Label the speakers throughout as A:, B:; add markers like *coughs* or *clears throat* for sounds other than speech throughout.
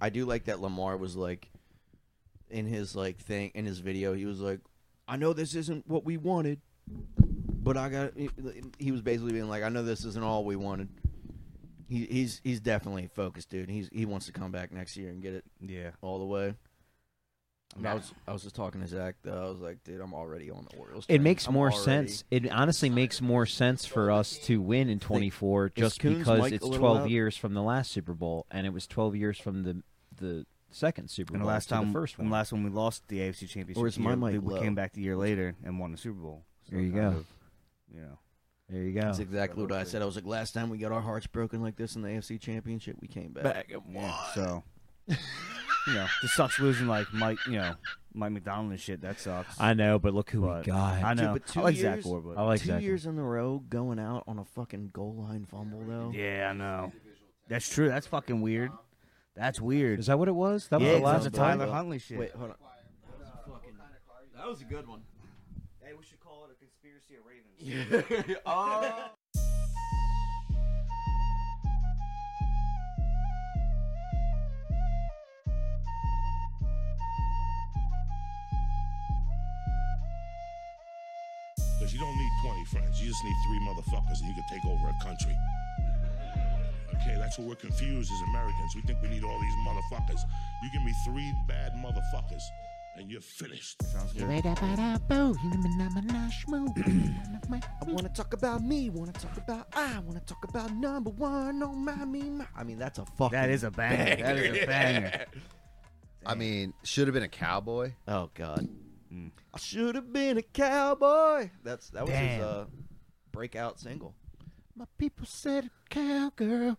A: I do like that Lamar was like in his like thing in his video. He was like, I know this isn't what we wanted, but I got. He was basically being like, I know this isn't all we wanted. He, he's he's definitely focused, dude. He's he wants to come back next year and get it
B: Yeah.
A: all the way. I, mean, I
B: Nah.
A: was I was just talking to Zach though. I was like, dude, I'm already on the Orioles.
C: It
A: train.
C: makes
A: I'm
C: more
A: already-
C: sense. It honestly makes more sense for us to win in 24 just
A: Coon's
C: because
A: mic a
C: it's
A: little
C: 12
A: loud?
C: years from the last Super Bowl and it was 12 years from the the second Super
B: And the
C: Bowl
B: last
C: to
B: time,
C: the first
B: and
C: one.
B: last when we lost the AFC Championship,
A: Or is my
B: year,
A: mic
B: we
A: low?
B: came back the year later and won the Super Bowl.
C: There you
B: kind
C: go.
B: of, you know,
C: There you go.
A: That's exactly what I said. I was like, last time we got our hearts broken like this in the AFC Championship, we came back.
B: yeah, so you know, this sucks losing like Mike, you know, Mike McDonald and shit. That sucks.
C: I know, but look who we
B: But
C: got.
B: I
A: Dude,
B: know.
A: but two
B: I like Zach
A: years-
B: Gore, but
C: I like
A: Two
C: Zach Moore.
A: years in a row going out on a fucking goal line fumble though.
B: yeah, I know. That's true. That's fucking weird. That's weird.
C: Is that what it was? That
B: yeah,
C: was
B: it
C: the
B: was
C: last
B: the
A: it's on
C: time.
B: Tyler Huntley shit.
A: Wait, hold on. That was a fucking. That was a good one.
B: Hey, we should call it a conspiracy of Ravens.
A: oh.
D: Because you don't need 20 friends. You just need three motherfuckers and you can take over a country. Okay, that's what we're confused as Americans. We think we need all these motherfuckers. You give me three bad motherfuckers and you're finished.
B: Sounds good.
A: I wanna talk about me. Wanna talk about I. Wanna talk about number one. Don't mind me. My. I mean, that's a fucking.
B: That is a banger. That is a banger.
E: I mean, should have been a cowboy.
A: Oh God.
B: Mm.
A: I should have been a cowboy. That's that was his
B: Damn.
A: uh, breakout single.
C: My *clears throat* people said cowgirl.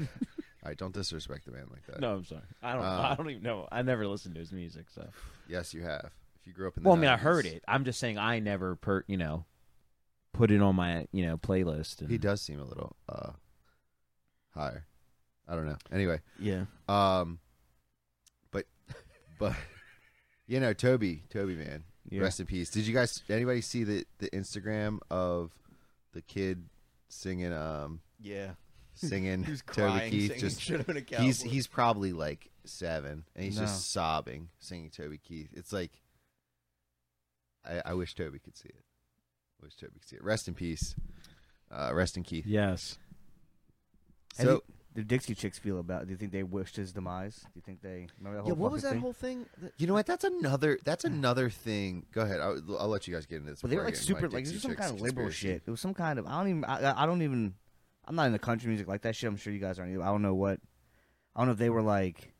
E: *laughs* All right, don't disrespect the man like that.
C: No, I'm sorry. I don't.
E: Uh,
C: I don't even know. I never listened to his music. So.
E: Yes, you have. If you grew up in the
C: Well, I mean, I
E: 90s.
C: heard it. I'm just saying, I never, per, you know, put it on my, you know, playlist. And
E: He does seem a little uh higher. I don't know. Anyway,
A: Yeah.
E: um but *laughs* but you know, Toby, Toby man.
B: Yeah.
E: Rest in peace. Did you guys anybody see the the Instagram of the kid singing um
A: Yeah.
C: *laughs*
A: *laughs*
E: singing
A: He was
E: Toby
A: crying,
E: Keith
A: singing
E: just
A: "Should've Been a Cowboy."
E: he's he's probably like 7 and he's
B: No.
E: just sobbing singing Toby Keith. It's like I, I wish Toby could see it. I wish Toby could see it. Rest in peace. Uh, rest in Keith.
C: Yes.
B: Have
E: So
B: you- the Dixie Chicks feel about? Do you think they wished his demise? Do you think they remember that whole
A: Yeah. What was
B: fucking
A: that
B: thing?
A: whole thing? That,
E: You know what? That's another. That's another thing. Go ahead. I'll, I'll let you guys get into this.
B: But they
E: before
B: were
E: I
B: like
E: get into my
B: super like it was
E: Dixie
B: some kind of
E: Chicks
B: liberal
E: conspiracy.
B: shit. It was some kind of I don't even I, I- I don't even I'm not into country music like that shit. I'm sure you guys aren't. either. I don't know what I don't know if they were like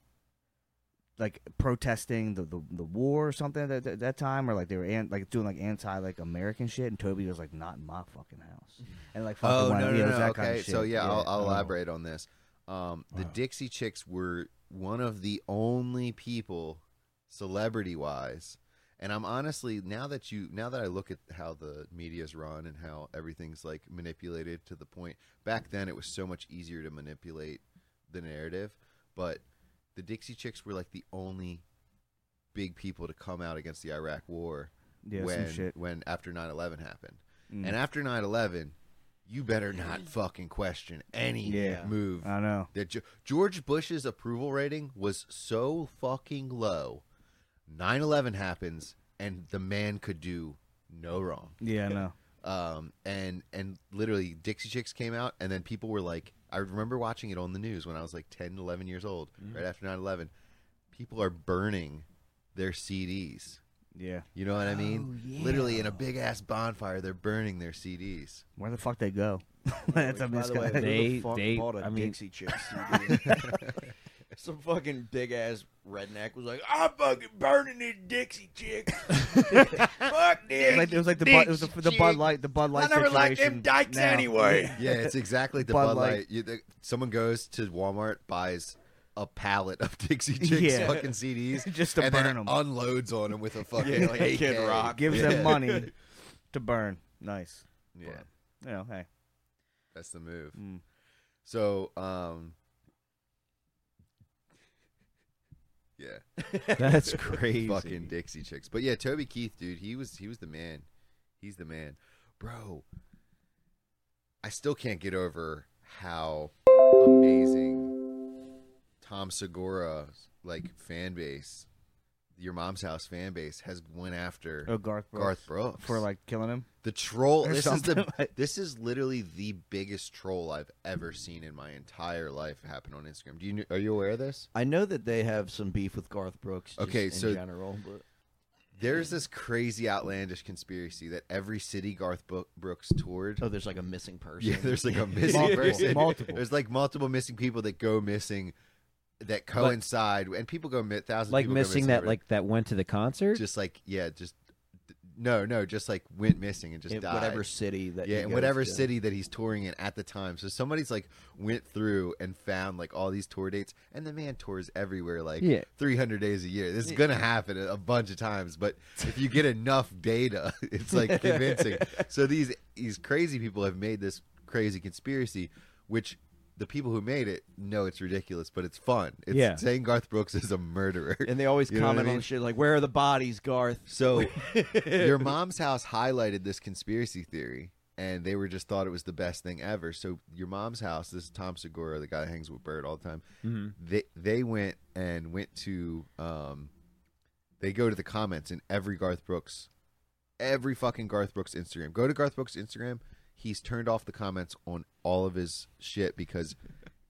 B: like protesting the the, the war or something at that, that time or like they were an, like doing like anti like American shit and Toby was like not in my fucking house
E: *laughs*
B: and like fucking
E: Oh
B: went-
E: no,
B: yeah,
E: no,
B: it was
E: no.
B: that
E: Okay,
B: kind of shit.
E: so yeah, I'll,
B: I
E: I'll
B: don't know.
E: elaborate on this. Um, the Dixie Chicks were one of the only people, celebrity-wise, and I'm honestly now that you now that I look at how the media's run and how everything's like manipulated to the point. Back then, it was so much easier to manipulate the narrative, but the Dixie Chicks were like the only big people to come out against the Iraq War
B: Yeah, some
E: when
B: shit. Mm.
E: when after 9/11 happened. And after 9/11, you better not fucking question any
B: Yeah.
E: move.
B: I know.
E: That Ge- George Bush's approval rating was so fucking low. 9/11 happens and the man could do no wrong.
B: Yeah, I know.
E: Um and and literally Dixie Chicks came out and then people were like I remember watching it on the news when I was like 10 11 years old
B: Mm.
E: right after 9/11. People are burning their CDs. *laughs*
B: Yeah.
E: You know what I mean?
B: Oh,
E: Literally in a big ass bonfire, they're burning their CDs.
B: Where the fuck they go? *laughs* That's a
A: By the way,
B: misguided.
A: who the
C: They-
A: fuck
C: they-
A: bought a
C: I mean-
A: Dixie Chicks CD?
B: *laughs*
A: Some fucking big ass redneck was like, "I'm fucking burning this Dixie
B: *laughs*
A: Chick. Fuck this.
B: It was like, it was like the
A: Dixie
B: Bud, it was the, the Bud
A: Chick.
B: Light, the Bud Light.
A: I never liked them
B: situation
A: dykes
B: now. *laughs*
A: anyway.
E: Yeah, it's exactly the
B: Bud
E: Bud Light.
B: Light.
E: You, the, someone goes to Walmart, buys a pallet of *laughs* Dixie Chicks
B: Yeah.
E: fucking CDs,
B: Just *laughs* to
E: and
B: burn
E: then
B: 'em.
E: unloads on them with a fucking
A: Yeah, like
E: AK.
A: Kid
E: *laughs*
A: Rock.
B: Gives
E: Yeah.
B: them money to burn. Nice.
E: Yeah,
B: You know, hey.
E: that's the move.
B: Mm.
E: So, um, yeah, *laughs*
C: That's crazy.
E: fucking Dixie Chicks. But yeah, Toby Keith, dude, he was he was the man. He's the man, bro. I still can't get over how amazing Tom Segura like fan base, your mom's house fan base has went after
B: Oh, Garth Brooks.
E: Garth Brooks
B: For like killing him.
E: the troll.
B: or
E: This is the
B: something like-
E: this is literally the biggest troll I've ever seen in my entire life happen on Instagram. Do you kn- are you aware of this?
A: I know that they have some beef with Garth Brooks. Just
E: Okay,
A: in
E: so-
A: general, but
E: There's this crazy outlandish conspiracy that every city Garth Bo- Brooks toured
A: oh, there's like a missing person.
E: *laughs* Yeah, there's like a missing
B: Multiple,
E: person.
B: multiple.
E: There's like multiple missing people that go missing that coincide, and people go mi- thousands.
C: like
E: people go
C: missing that
E: over-
C: like that went to the concert.
E: just like yeah, just no, no, just like went missing and
A: *laughs*
E: just
A: in
E: died.
A: whatever city that.
E: yeah,
A: he
E: in
A: goes
E: whatever
A: to.
E: city that he's touring in at the time. So somebody's like went through and found like all these tour dates, and the man tours everywhere like
C: Yeah.
E: 300 days a year. This is
A: Yeah.
E: gonna happen a a bunch of times, but if you get enough data, *laughs* it's like
A: *laughs*
E: convincing. so these these crazy people have made this crazy conspiracy, which. The people who made it know it's ridiculous, but it's fun. It's
C: Yeah.
E: saying Garth Brooks is a murderer.
A: and they always
E: You know what I
A: comment
E: mean?
A: on shit like, "Where are the bodies, Garth?"
E: So *laughs* your mom's house highlighted this conspiracy theory and they were just thought it was the best thing ever. So your mom's house, this is Tom Segura, the guy that hangs with Bird all the time.
C: Mhm.
E: They they went and went to um they go to the comments in every Garth Brooks every fucking Garth Brooks Instagram. Go to Garth Brooks Instagram. He's turned off the comments on all of his shit because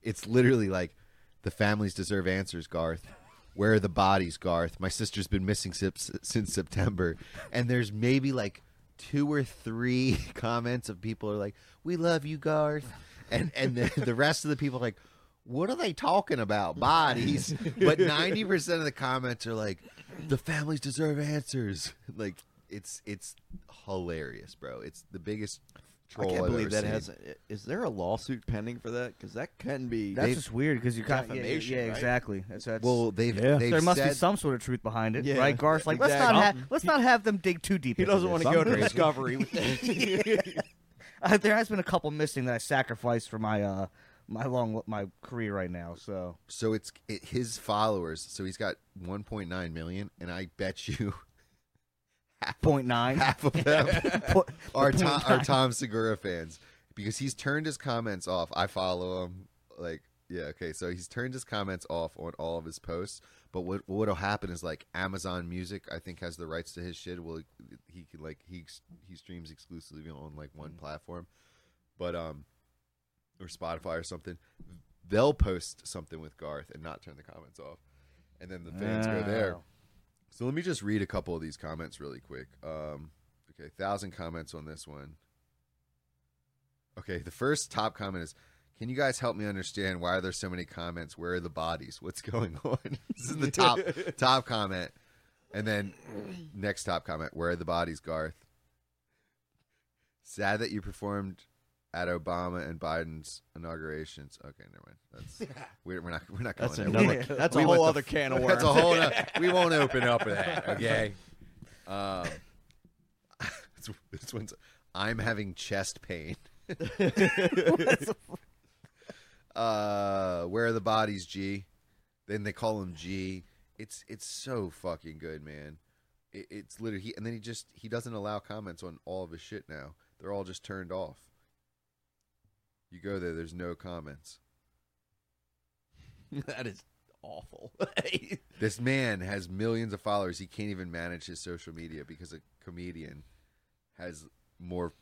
E: it's literally like the families deserve answers, Garth. Where are the bodies, Garth? My sister's been missing since, since September. And there's maybe like two or three *laughs* comments of people are like, "We love you, Garth." And and the, *laughs* the rest of the people are like, "What are they
A: *laughs*
E: talking about? Bodies?" But 90% of the comments are like, "The families deserve answers." *laughs* Like it's it's hilarious, bro. It's the biggest
A: I
E: troll
A: can't
E: have
A: believe
E: ever
A: that
E: seen.
A: has. Is there a lawsuit pending for that? Because that can be.
B: That's just weird because you kind of yeah,
A: Defamation,
B: yeah,
A: right?
B: exactly. That's, that's
E: Well, they've,
C: Yeah.
E: they've
B: there must
E: said
B: be some sort of truth behind it,
A: Yeah,
B: right? Garth's like, let's not
A: exactly.
B: have let's not have them dig too deep.
A: he doesn't want
B: want
A: to go to
C: crazy.
A: discovery. With
E: *laughs*
A: that. *laughs*
B: Uh, *laughs* there has been a couple missing that I sacrificed for my uh my long my career right now. So
E: so it's it, his followers. So he's got 1.9 million, and I bet you
B: point nine.
E: half of them
B: Po- *laughs*
E: are
B: the
E: Tom,
B: point
E: are
B: nine.
E: Tom Segura fans because he's turned his comments off. I follow him. Like, yeah, okay. So he's turned his comments off on all of his posts. But what what'll happen is like Amazon Music, I think, has the rights to his shit. Well, he can like he ex- he streams exclusively on like one platform, but um, or Spotify or something. They'll post something with Garth and not turn the comments off, and then the fans go there.
B: Oh.
E: So let me just read a couple of these comments really quick. Um, okay, thousand comments on this one. Okay, the first top comment is, "Can you guys help me understand why are there so many comments? Where are the bodies? What's going *laughs* on?" this is the top top comment, and then next top comment: "Where are the bodies, Garth?" Sad that you performed at Obama and Biden's inaugurations. Okay, never mind. That's we're, we're not we're not going
A: that's
E: there.
A: another. That's a
E: We went
A: whole
E: the
A: other can *laughs* of worms.
E: That's a whole. no- we won't open
A: *laughs*
E: up that. Okay. Um, *laughs* this, this one's. I'm having chest pain. *laughs* uh, where are the bodies, G? Then they call him G. It's it's so fucking good, man. It, it's literally, he, and then he just he doesn't allow comments on all of his shit now. They're all just turned off. You go there, there's no comments.
A: *laughs* that is awful. *laughs*
E: This man has millions of followers. He can't even manage his social media because a comedian has more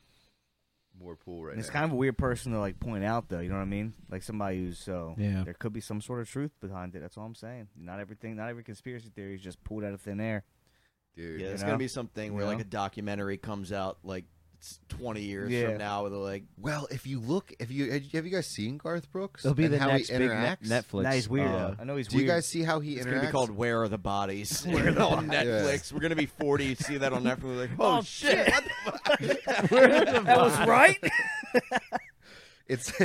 E: more pool right
B: And it's
E: now.
B: kind of a weird person to like point out, though. You know what I mean? Like somebody who's so
C: Yeah.
B: There could be some sort of truth behind it. That's all I'm saying. Not everything, not every conspiracy theory is just pulled out of thin air.
E: Dude,
A: yeah,
B: You
A: it's
B: know?
A: gonna be something where
B: You
A: like
B: know?
A: a documentary comes out like it's twenty years
B: Yeah.
A: from now, where they're like,
E: well, if you look, if you have you guys seen Garth Brooks?
C: It'll be
E: and
C: the
E: how
C: next
E: he
C: big net
E: interacts.
C: Netflix.
B: Nah, he's weird.
A: uh,
B: though. I know he's
E: Do you
B: weird.
E: guys see how he
A: it's
E: interacts?
A: gonna be called "Where Are the *laughs* Bodies?" on Netflix. We're gonna be forty, see that on Netflix, we're like, oh,
B: Oh,
A: shit,
B: shit.
A: what the fuck? *laughs*
B: that was right.
E: It's *laughs*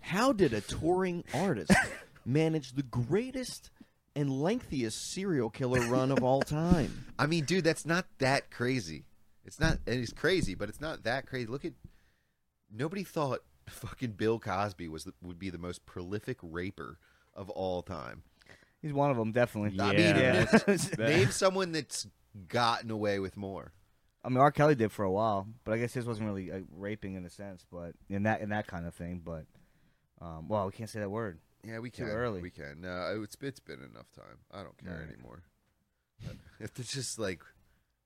A: How did a touring artist *laughs* manage the greatest and lengthiest serial killer run of all time?
E: I mean, dude, that's not that crazy. It's not and it's crazy, but it's not that crazy. Look at nobody thought fucking Bill Cosby was the, would be the most prolific raper of all time.
B: he's one of them, definitely.
E: I mean,
C: Yeah.
B: *laughs*
E: Name someone that's gotten away with more.
B: I mean, R. Kelly did for a while, but I guess his wasn't really uh, raping in a sense, but in that in that kind of thing. But um, well, we can't say that word.
E: Yeah, we
B: Too
E: can.
B: early.
E: We can. No, it's it's been enough time. I don't care
B: Alright.
E: anymore. But if it's just like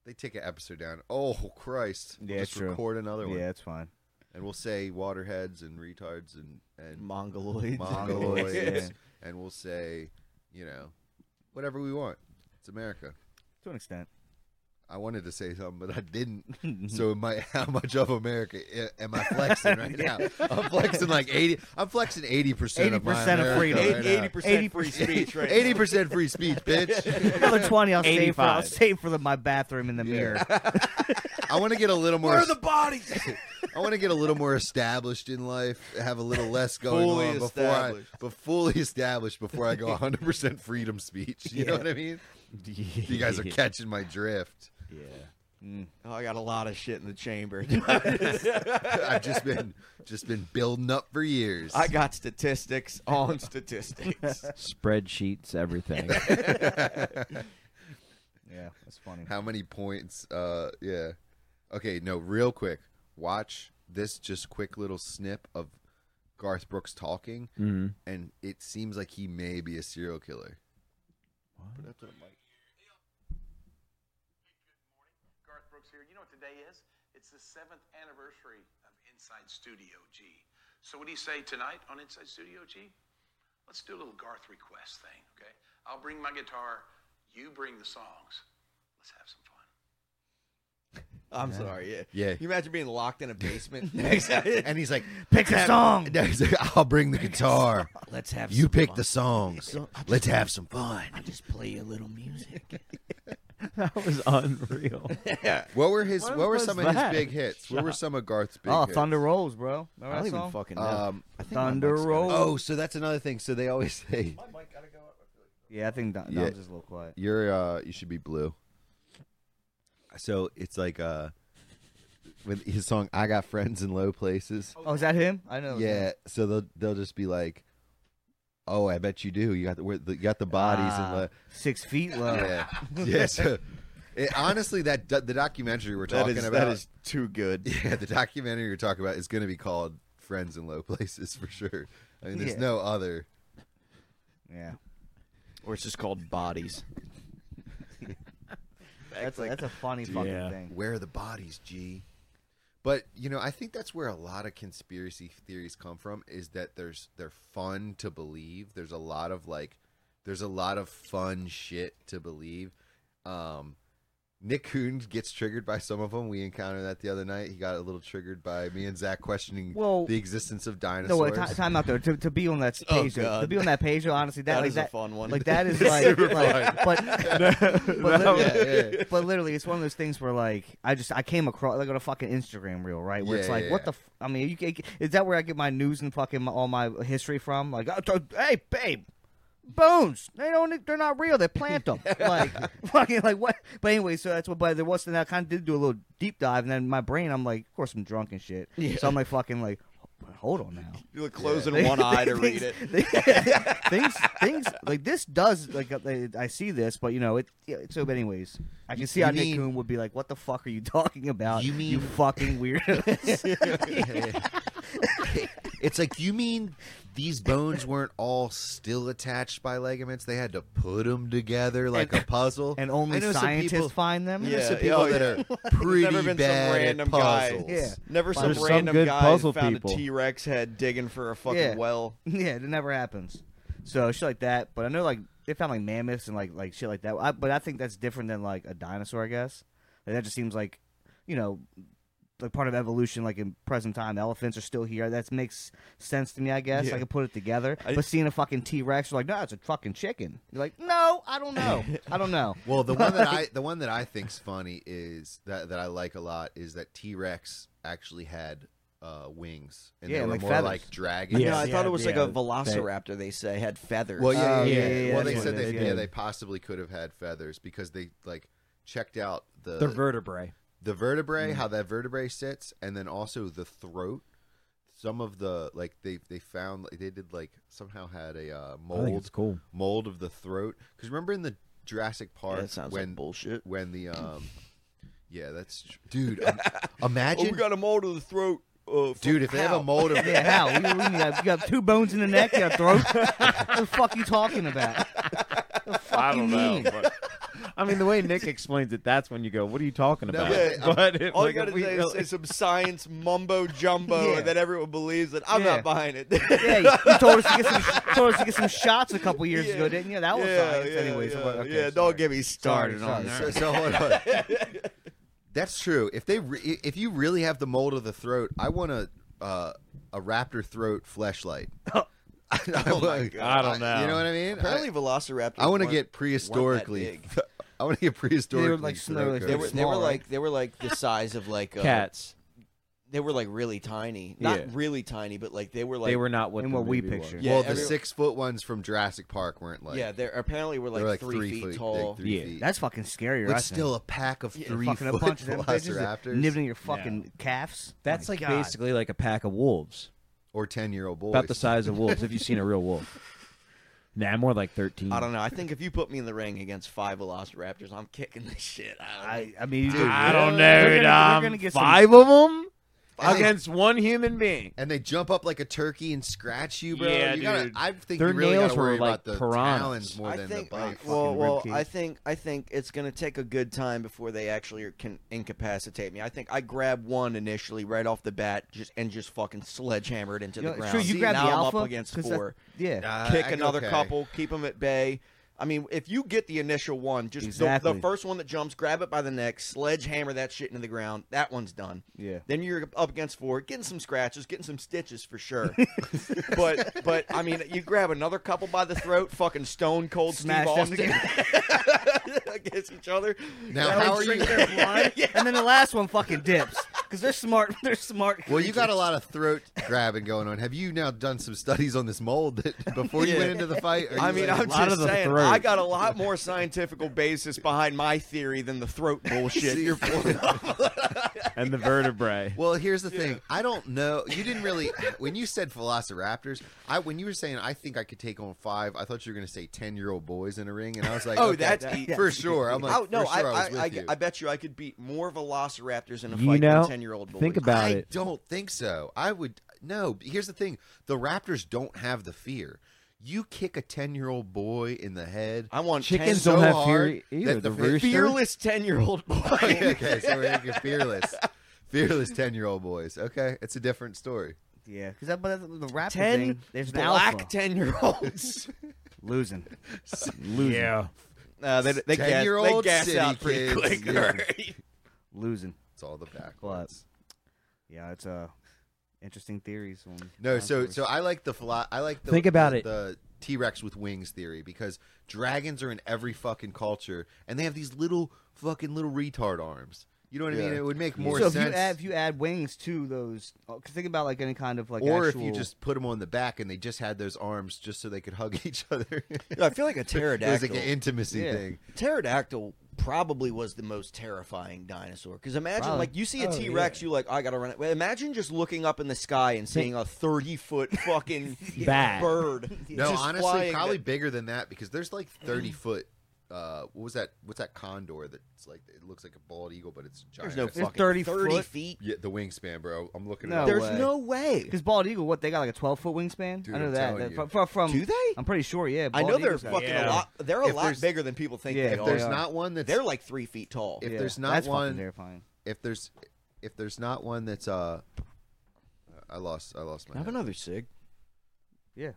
E: they take an episode down, oh Christ! We'll
B: Yeah,
E: just
B: true.
E: record another one,
B: Yeah, it's fine.
E: and we'll say waterheads and retards and
B: *laughs*
A: *laughs*
E: and
A: Mongoloids.
E: mongoloids,
B: Yeah.
E: and we'll say, you know, whatever we want. It's America.
B: To an extent.
E: I wanted to say something, but I didn't. so my *laughs* how much of America i- am I flexing right now? I'm flexing like eighty. I'm flexing eighty percent of my
B: 80% of freedom.
E: America right now.
A: 80% free speech right
E: *laughs* Eighty percent free speech, bitch.
B: Another twenty, I'll save for I'll
C: 85.
B: save for the, my bathroom in the mirror.
E: I want to get a little more.
A: Where are the bodies? *laughs*
E: I want to get a little more established in life. Have a little less going
A: Fully
E: on before I,
A: established.
E: but fully established before I go 100 percent freedom speech. You know what I mean? You guys *laughs* are catching my drift.
C: Yeah.
A: Oh, I got a lot of shit in the *laughs* chamber.
E: I've just been just been building up for years.
A: I got statistics *laughs* on statistics.
C: Spreadsheets, everything.
B: Yeah, that's funny.
E: How many points? Uh, yeah. Okay, no, real quick. Watch this just quick little snip of Garth Brooks talking,
C: Mhm.
E: and it seems like he may be a serial killer. Put it up to the mic.
F: Garth Brooks here. You know what today is? It's the seventh anniversary of Inside Studio G. So what do you say tonight on Inside Studio G? Let's do a little Garth request thing, okay? I'll bring my guitar. You bring the songs. Let's have some fun.
A: I'm sorry. Yeah.
E: Yeah.
A: You imagine being locked in a *laughs* basement. Let's
E: And he's like,
B: Pick a song.
E: No, *laughs* he's like, I'll bring the guitar.
A: have
E: You
A: some
E: pick
A: fun.
E: the songs. Let's have some fun.
A: I just play a little music.
C: *laughs* that was unreal.
E: What were his? What,
C: What
E: were
C: was
E: some of
C: that?
E: his big hits? What were some of Garth's big?
B: Oh,
E: hits?
B: Thunder Rolls, bro.
A: I
B: Remember
A: don't
B: that
A: even
B: song?
A: fucking know.
E: Um,
A: I think my
B: Thunder
A: mic's gotta-
B: Rolls.
E: oh, so that's another thing. So they always *laughs* say
B: Yeah, I think Dom,
E: Yeah.
B: Dom's just a little quiet.
E: You're uh you should be blue. So it's like uh with his song I got friends in low places.
B: Oh, is that him? I know. it was him.
E: yeah, so they'll they'll just be like Oh, I bet you do. You got the, where the you got the bodies
B: Ah,
E: and
B: six feet low.
E: the yeah. yeah, so it, honestly that do- the documentary we're
A: *laughs* That
E: talking
A: is,
E: about
A: that is too good.
E: *laughs* Yeah, the documentary you're talking about is going to be called Friends in Low Places for sure. I mean, there's
B: Yeah.
E: no other.
B: Yeah.
A: Or it's just called bodies.
B: That's a, that's a funny fucking
C: Yeah.
B: thing.
E: Where are the bodies, G? But you know, I think that's where a lot of conspiracy theories come from. Is that there's they're fun to believe. There's a lot of like, there's a lot of fun shit to believe. Um, Nick Coon gets triggered by some of them. We encountered that the other night. He got a little triggered by me and Zach questioning
B: Well,
E: the existence of
B: No,
E: dinosaurs.
B: wait, ti- time out though. To, to be on that
A: Oh,
B: page, though, to
A: God.
B: be on that page, though, honestly, that,
A: That
B: like,
A: is a fun one.
B: Like
A: *laughs*
B: that
E: *laughs*
B: is like,
E: Super
B: like but but,
E: *laughs* yeah,
B: literally,
E: yeah.
B: but literally, it's one of those things where like I just I came across like on a fucking Instagram reel, right? Where it's
E: Yeah,
B: like,
E: yeah,
B: what
E: yeah.
B: the? F- I mean, you can, is that where I get my news and fucking my, all my history from? Like, I told- hey, babe. Bones, they don't. They're not real. They plant
E: *laughs*
B: them. Like fucking, like what? But anyway, so that's what. But there was, and I kind of did do a little deep dive, and then my brain, I'm like, of course, I'm drunk and shit. So I'm like, fucking, like, hold on now.
A: You're closing one eye *laughs*
B: *laughs*
A: to read it.
B: things, things like this does like I, I see this, but you know it. Yeah, so, but anyways, I can see
E: you
B: how Nick
E: mean-
B: Coon would be like, "What the fuck are you *laughs* talking about?
E: You mean-
B: fucking
E: *laughs*
B: weirdos?"
E: it's like you mean these bones weren't all still attached by ligaments they had to put them together like a puzzle
B: and only
E: I know some
B: scientists
E: people-
B: find them.
E: I know
A: Yeah,
E: some people
A: oh,
E: that
A: yeah.
E: are pretty
A: Never been some
E: bad at
A: random guy.
E: puzzles
B: Yeah.
A: Never some
C: There's some
A: random
C: good
A: guy
C: puzzle
A: found
C: people.
A: a T Rex head digging for a fucking
B: Yeah.
A: well.
B: *laughs* Yeah, it never happens. So shit like that. But I know like they found like mammoths and like like shit like that. I, but I think that's different than like a dinosaur. I guess like, that just seems like you know like part of evolution. Like in present time, elephants are still here. That makes sense to me. I guess
A: Yeah.
B: I can put it together.
A: I-
B: but seeing a fucking T Rex, like no, it's a fucking chicken. You're like no, I don't know. I
A: *laughs*
B: don't know.
E: well the one that i the one that i think's funny is that that i like a lot is that t-rex actually had uh wings and
B: Yeah,
E: they were
B: like
E: more
B: feathers.
E: like dragons
A: no, I
C: Yeah,
A: thought it was like
C: yeah,
A: a velociraptor. They, say had feathers.
E: Well, yeah,
B: Oh,
E: yeah,
B: yeah,
E: yeah,
B: yeah,
E: Well,
B: that's
E: they
B: what
E: said
B: it
E: they
B: is,
E: yeah.
B: yeah.
E: they possibly could have had feathers because they like checked out the
C: They're vertebrae.
E: the vertebrae, how that vertebrae sits, and then also the throat. Some of the like they they found like, they did like somehow had a uh,
C: I think it's
E: mold
C: cool.
E: mold of the throat because remember in the Jurassic Park
A: that sounds
E: when
A: like bullshit. *laughs* Oh,
E: when the um yeah that's tr- dude um, imagine
A: a mold of the throat. uh,
E: Dude, if they have a mold of
B: Yeah, how? You, you got, you got two bones in the neck, you got
A: *laughs*
B: a throat. what the fuck you talking about? The fuck
C: I
B: you
C: don't know.
B: mean?
C: But, *laughs* I mean, the way Nick explains it, that's when you go, "What are you talking
E: No,
C: about?"
A: yeah,
C: *laughs* but if,
A: all
C: like,
A: you
C: if
A: gotta
C: we
A: say is,
C: really-
A: is some science mumbo jumbo
B: Yeah.
A: that everyone believes that I'm
B: Yeah.
A: not buying it.
B: Yeah, you,
A: *laughs*
B: you told us to get some told us to get some shots a couple years
A: Yeah.
B: ago, didn't you? That was science,
A: *laughs*
B: anyways.
A: Yeah,
B: I'm like, okay,
A: yeah,
B: sorry.
A: don't get me started
B: Sorry,
A: on
B: sorry,
E: *laughs* So,
A: that.
E: so hold on. That's true. If they, re- if you really have the mold of the throat, I want a uh, a raptor throat
A: *laughs*
E: fleshlight. *laughs*
A: Oh my God.
C: I don't know.
E: You know what I mean?
A: Apparently,
E: I-
A: Velociraptors.
E: I, want to
A: weren't-
E: get
A: weren't that
E: prehistorically.
A: big.
E: *laughs* I want to get prehistorically.
B: like,
E: throat
B: snow- like,
A: They were,
E: coated.
A: they were
B: small, right?
A: like they were like the size of like uh,
C: cats.
A: They were like really tiny, not
C: Yeah.
A: really tiny, but like they were like
C: they were not what
B: in
C: the
B: what we
C: movie was.
B: picture.
A: Yeah,
E: well, the
A: every-
E: six foot ones from Jurassic Park weren't like.
A: yeah, they apparently were
E: they
A: like,
E: were like
A: three, feet
E: foot,
A: tall.
E: Like three
C: Yeah.
E: feet.
B: That's fucking scarier. I
E: but
B: think.
E: still a pack of
A: Yeah,
E: three
B: fucking a
E: foot
B: bunch of them bitches that
E: velociraptors
B: nibbling your fucking calves.
C: That's
B: My
C: like
B: God.
A: uh,
C: basically like a pack of wolves,
E: or ten year old boys.
C: about the size of wolves. if you've seen a real wolf, nah, more like thirteen.
A: I don't know. I think if you put me in the ring against five Velociraptors, I'm kicking this shit out.
B: I, I mean,
E: Dude,
C: I
B: We're
C: don't know,
B: gonna- we're
C: Dom.
B: gonna get some-
C: Five of them
E: Five.
C: against one human being.
E: and they jump up like a turkey and scratch you, bro.
C: Yeah,
E: you gotta,
C: dude.
E: I think
C: Their
E: you really
C: nails
E: gotta
C: were
E: worry
C: like
E: about the
C: piranhas.
E: talons more
A: I
E: than
A: think, uh,
E: the bite.
A: well,
B: fucking
A: well,
B: ribcage.
A: I think I think it's gonna take a good time before they actually can incapacitate me. I think I grab one initially right off the bat, just and just fucking sledgehammer it into
B: You know,
A: the ground.
B: Sure, you
A: See,
B: grab
A: now
B: the
A: I'm
B: alpha
A: up against
B: 'cause that-
A: four.
B: Yeah,
E: Uh,
A: Kick
E: I-
A: another
E: okay.
A: couple, keep them at bay. I mean, if you get the initial one, just the,
B: Exactly.
A: the first one that jumps, grab it by the neck, sledgehammer that shit into the ground. That one's done.
B: yeah.
A: Then you're up against four, getting some scratches, getting some stitches for
E: *laughs*
A: sure. but but I mean, you grab another couple by the throat, fucking stone cold
B: Smash them
A: Steve
B: *laughs*
A: Austin *laughs* against each other.
E: Now,
A: That
E: how
A: would
E: are you-
A: drink their *laughs* blood. yeah.
B: And then the last one fucking dips because they're smart. *laughs* They're smart.
E: *laughs* Well, you got a lot of throat grabbing going on. Have you now done some studies on this mold that before you
A: Yeah.
E: went into the fight? Are
A: I
E: you
A: mean,
E: like- *laughs*
A: I'm
C: lot of
A: just
C: the
A: saying,
C: throat.
A: I got a lot more scientific basis behind my theory than the
E: *laughs*
A: throat bullshit
E: See-
A: you're pulling up.
C: And the vertebrae.
E: well, here's the thing. I don't know. You
A: *laughs*
E: didn't really when you said velociraptors. I when you were saying I think I could take on five. I thought you were going to say ten year old boys in a ring, and I was like,
A: Oh,
E: okay,
A: that's e-
E: for sure.
A: *laughs*
E: I'm like,
A: oh, no,
E: for sure I,
A: I,
E: was with
A: I,
E: you.
A: I bet you I could beat more velociraptors in a
C: You
A: fight
C: know,
A: than ten year old boys.
C: Think about
E: I
C: it.
E: don't think so. I would no. but Here's the thing: the Raptors don't have the fear. You kick a ten-year-old boy in the head.
A: I want
C: Chickens
A: 10
E: so
C: don't have
E: hard
C: fury either.
E: that
C: The,
E: the
A: *laughs*
C: rooster.
A: fearless ten year old *laughs* boy.
E: okay, *laughs* okay, so we're gonna get fearless, fearless ten-year-old boys. Okay, it's a different story.
B: Yeah, because that, but the rapper
A: ten
B: thing, there's an alpha
A: black ten year *laughs* olds.
B: losing.
C: Yeah.
A: No, they they gas,
E: 10-year-old
A: they gas
E: city
A: out pretty
E: kids,
A: quick.
E: yeah.
A: alright.
B: losing.
E: It's all the back.
B: Well, that's- Yeah, it's uh interesting theories. On
E: No,
B: on
E: so
B: horse.
E: so I like the philo- I like the
C: Think about
E: the,
C: it.
E: the T-Rex with wings theory because dragons are in every fucking culture and they have these little fucking little retard arms. You know what I mean?
A: Yeah.
E: It would make more
B: so if
E: sense.
B: you add if you add wings to those, oh, 'cause think about like any kind of like
E: or if you
B: actual-
E: just put them on the back and they just had those arms just so they could hug *laughs* each other.
A: I feel *laughs* like a
E: it was like
A: pterodactyl.
E: an intimacy
B: Yeah.
E: thing.
A: pterodactyl probably was the most terrifying dinosaur because imagine
B: Probably.
A: like you see a
B: Oh,
A: rex you like I gotta run it. Well, Imagine just looking up in the sky and seeing a thirty *laughs* foot fucking
C: Bat.
A: bird.
E: No,
A: just
E: honestly,
A: flying
E: probably
A: that-
E: bigger than that because there's like 30 foot. Uh, what was that? What's that condor that's like? It looks like a bald eagle, but it's giant.
A: there's no
B: There's
A: fucking
B: 30
A: 30,
B: foot?
A: feet.
E: Yeah, the wingspan, bro. I'm looking.
B: No
E: at
A: There's
B: way.
A: no way.
B: Because bald eagle, what they got like a twelve foot wingspan.
E: Dude,
B: I know
E: I'm
B: that.
E: telling
B: that
E: you.
B: from, from, from-
A: Do they?
B: I'm pretty sure. Yeah,
A: I know
B: bald
A: they're
B: eagles have-
A: fucking
C: Yeah.
A: a lot. They're a
E: If there's-
A: lot bigger than people think
B: Yeah,
A: they
E: If
A: are.
E: there's
B: they are.
E: not one that's
A: Oh, They're like three feet tall.
E: if
B: Yeah,
E: there's not
B: that's fucking
E: one-
B: terrifying.
E: if there's if there's not one that's uh, I lost I lost my.
A: Have
E: head.
A: another sig.
B: Yeah,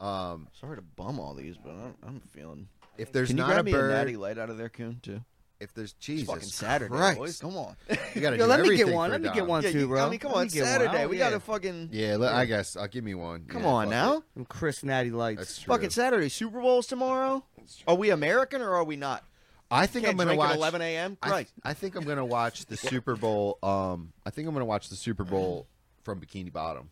E: Um,
A: Sorry to bum all these, but I'm, I'm feeling.
E: if there's
A: Can you
E: not
A: grab
E: a
A: me
E: bird,
A: a natty light out of there, Coon? Too.
E: if there's
A: It's
E: Jesus
A: fucking Saturday,
E: Christ.
A: boys. Come on.
E: You gotta
B: Yo,
E: do
B: let me get
E: everything
B: one,
E: for
B: let me get
E: Dom.
A: *laughs*
B: one.
A: Yeah,
B: too,
A: you,
B: bro.
A: I mean, come
B: Let me
A: on,
B: get one.
A: Saturday.
B: Oh,
A: We
B: yeah.
A: gotta fucking.
E: Yeah, le- I guess I'll give me one.
A: Come
E: Yeah,
A: on
E: fuck
A: now.
E: it.
B: Them Chris Natty lights.
E: That's true.
A: Fucking Saturday. Super Bowl's tomorrow. Are we American or are we not?
E: I think
A: Can't
E: I'm gonna
A: drink
E: watch
A: at 11 a.m.
E: I,
A: Right.
E: I think I'm gonna watch the Super Bowl. Um, I think I'm gonna watch the Super Bowl from Bikini Bottom.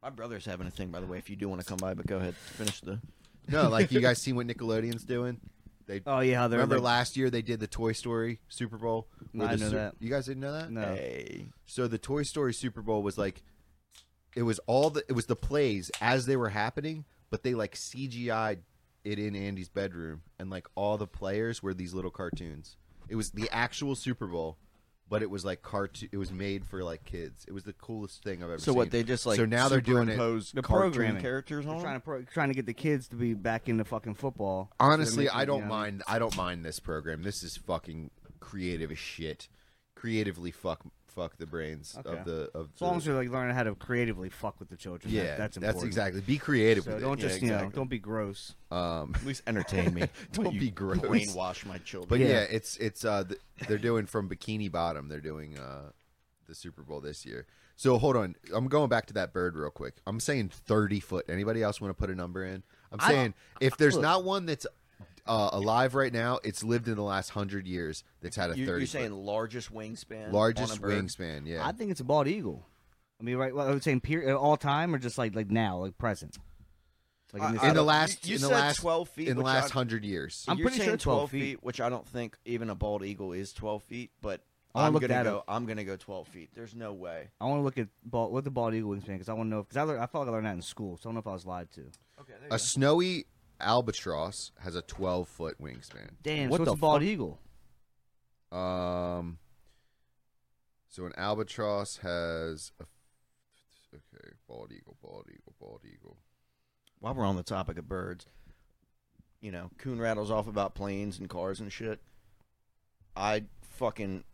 A: My brother's having a thing, by the way. If you do want to come by, but go ahead, finish the.
E: No, like you guys seen what Nickelodeon's doing? They
B: Oh yeah, how they're
E: remember
B: they're-
E: last year they did the Toy Story Super Bowl.
B: No, I
E: the
B: know
E: Sup-
B: that.
E: You guys didn't know that?
B: No.
A: Hey.
E: So the Toy Story Super Bowl was like, it was all the it was the plays as they were happening, but they like CGI'd it in Andy's bedroom, and like all the players were these little cartoons. It was the actual Super Bowl but it was like cartoon. It was made for like kids. It was the coolest thing I've ever
A: So
E: seen.
A: what they just like
E: So now they're doing it-
A: superimpose
B: The
A: cartoon
B: programming.
A: characters
B: They're
A: on.
B: *laughs* trying to
A: them?
B: pro- trying to get the kids to be back into fucking football. So they're
E: Honestly,
B: making,
E: I don't
B: you know,
E: mind. I don't mind this program. This is fucking creative as shit. Creatively fuck fuck the brains
B: Okay.
E: of the of
B: As
E: the,
B: long as they're like learning how to creatively fuck with the children.
E: yeah.
B: that, that's important.
E: that's exactly. Be creative.
B: So
E: with
B: don't
E: it.
B: just
E: yeah,
B: you know don't be gross.
E: Um,
A: At least entertain
E: *laughs*
A: me.
E: Don't
A: You
E: be gross.
A: Brainwash my children.
E: But yeah, it's it's uh th- they're doing from Bikini Bottom. They're doing uh the Super Bowl this year. So hold on, I'm going back to that bird real quick. I'm saying 30 foot. Anybody else want to put a number in? I'm saying if there's not one that's uh, alive right now, it's lived in the last hundred years that's had a 30
A: You, are
E: foot.
A: saying largest wingspan, on
E: largest
A: a bird?
E: wingspan. Yeah,
B: I think it's a bald eagle. I mean, right? Well, I would say per- all time or just like like now, like present. Like
A: I-
B: this-
A: I
E: in the
A: don't-
E: last
A: you- you
E: in the
A: said
E: last
A: 12 feet,
E: in the
A: which
E: last
A: I-
E: hundred years.
B: I'm
A: You're
B: pretty
A: saying
B: sure 12 feet.
A: which I don't think even a bald eagle is 12 feet. But
E: Oh,
B: I wanna
A: I'm
B: look
A: gonna
B: that
A: go.
B: up.
A: I'm gonna go 12 feet. There's no way.
B: I want to look at bald, what the bald eagle wingspan because I want to know because I, lear- I felt like I learned that in school, so I don't know if I was lied to.
E: A snowy albatross has a 12 foot wingspan.
B: Damn,
A: What
B: so it's
A: the
B: a bald eagle.
E: Um. So an albatross has a. Okay, bald eagle, bald eagle, bald eagle.
A: While we're on the topic of birds, you know, Coon rattles off about planes and cars and shit. I fucking.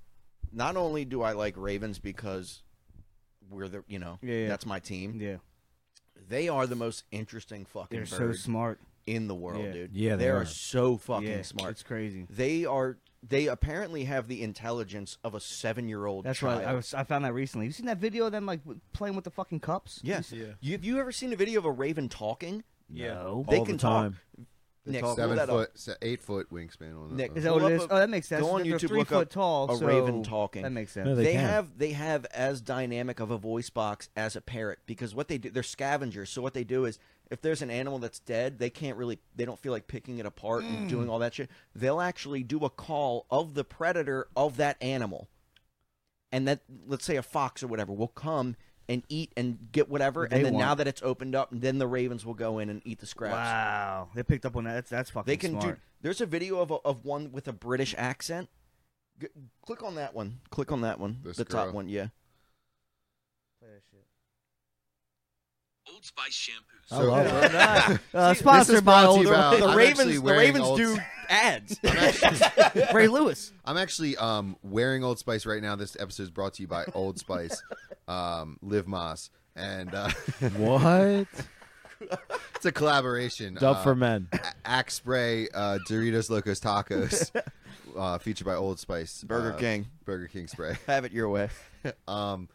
A: Not only do I like Ravens because we're the you know
B: Yeah, yeah.
A: that's my team.
B: Yeah,
A: They are the most interesting fucking
B: they're
A: birds
B: so smart.
A: in the world,
B: Yeah.
A: dude.
C: Yeah, they
A: they are.
C: are.
A: so fucking
B: yeah,
A: smart.
B: It's crazy.
A: They are. They apparently have the intelligence of a seven-year-old.
B: That's
A: child.
B: right. I, was, I found that recently. You seen that video of them like w- playing with the fucking cups?
A: Yes. Yeah. You, have you ever seen a video of a raven talking?
C: Yeah.
B: No.
A: They
C: All the
A: can
C: time.
A: talk. Nick,
E: Talk-
A: pull
E: seven
A: that
E: foot,
A: up.
E: se- eight foot wingspan on
A: Nick,
E: that.
B: Is
E: uh,
B: that what
A: Pull
B: it is?
A: up a-
B: Oh, that makes sense.
A: go on
B: They're
A: YouTube,
B: three
A: look
B: foot
A: up
B: tall.
A: a
B: so
A: raven talking.
B: That makes sense.
C: No,
A: They,
C: They can.
A: have they have as dynamic of a voice box as a parrot because what they do they're scavengers. So what they do is if there's an animal that's dead, they can't really they don't feel like picking it apart and
B: Mm.
A: doing all that shit. They'll actually do a call of the predator of that animal. And that let's say a fox or whatever will come and eat and get whatever
B: What they
A: and then
B: want.
A: now that it's opened up, then the ravens will go in and eat the scraps.
B: Wow, they picked up on that. That's, that's fucking
A: They can
B: smart.
A: do. There's a video of a, of one with a British accent. G- click on that one. Click on that one.
E: This
A: the top
E: girl.
A: one. Yeah.
F: Old Spice shampoos.
E: so-
C: love it.
B: *laughs* Uh,
E: is
B: sponsored by
E: brought to
B: old
E: you by-
A: the
E: I'm actually
A: Ravens. The
E: wearing
A: Ravens
E: Old-
A: do ads.
B: *laughs* Ray Lewis.
E: I'm actually um wearing Old Spice right now. This episode is brought to you by Old Spice, *laughs* um, Liv Moss, and uh, *laughs*
C: What?
E: it's a collaboration.
C: Dub
E: uh,
C: for
E: *laughs*
C: men.
E: A- Axe Spray, uh, Doritos Locos *laughs* Tacos, uh, featured by Old Spice,
A: Burger
E: uh,
A: King.
E: Burger King Spray.
A: Have it your way.
E: Um,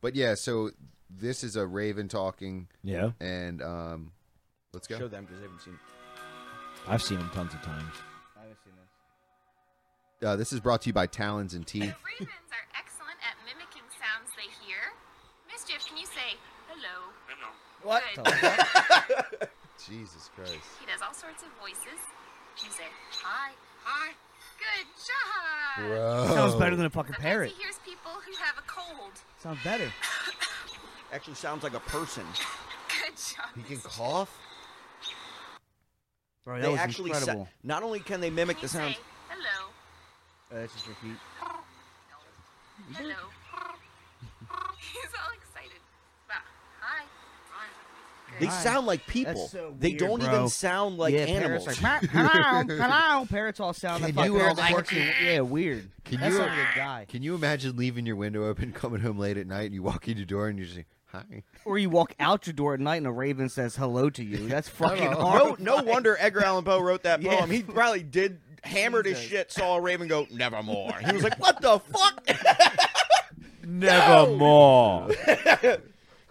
E: but yeah, so this is a Raven talking,
C: Yeah.
E: and um, let's go.
A: them because they haven't seen.
C: I've seen them tons of times.
E: Uh, this is brought to you by Talons and Teeth.
G: Ravens are excellent at mimicking sounds they hear. Mischief, can you say hello? What?
E: *laughs* Jesus Christ!
G: He does all sorts of voices. Can you say hi? Hi. Good job.
B: Sounds
E: Oh.
B: better than a fucking
G: Sometimes
B: parrot.
G: he hears people who have a cold.
B: Sounds better.
A: Actually, sounds like a person.
G: Good job.
E: He can cough.
B: Bro, that
A: They
B: was
A: actually. sa-
B: incredible.
A: not only can they
G: Can
A: mimic
G: you
A: the sounds.
G: say hello?
B: Uh, let's just repeat.
G: Hello. *laughs* He's all excited. Wow. Hi. Hi. Good.
A: They
B: Hi.
A: sound like people.
B: That's so
A: they
B: weird,
A: don't
B: bro.
A: even sound like
B: yeah,
A: animals.
B: *laughs* Parrots like, hello, hello. Parrots all sound like
E: Can you
B: fucking-
E: like-
B: quirky- Yeah, weird.
E: Can
B: That
E: you-
B: sounded like a guy.
E: Can you imagine leaving your window open, *laughs* coming home late at night, and you walk in your door and you're just like, "Hi."
B: *laughs* Or you walk out your door at night and a raven says hello to you. *laughs* That's fucking
E: Hello.
A: *laughs*
B: hard.
A: no, no wonder Edgar Allan Poe wrote that
B: *laughs* Yeah.
A: poem. He probably did hammer his
B: Jesus.
A: shit, saw a raven go, nevermore. He was like, what the fuck? *laughs*
C: Nevermore.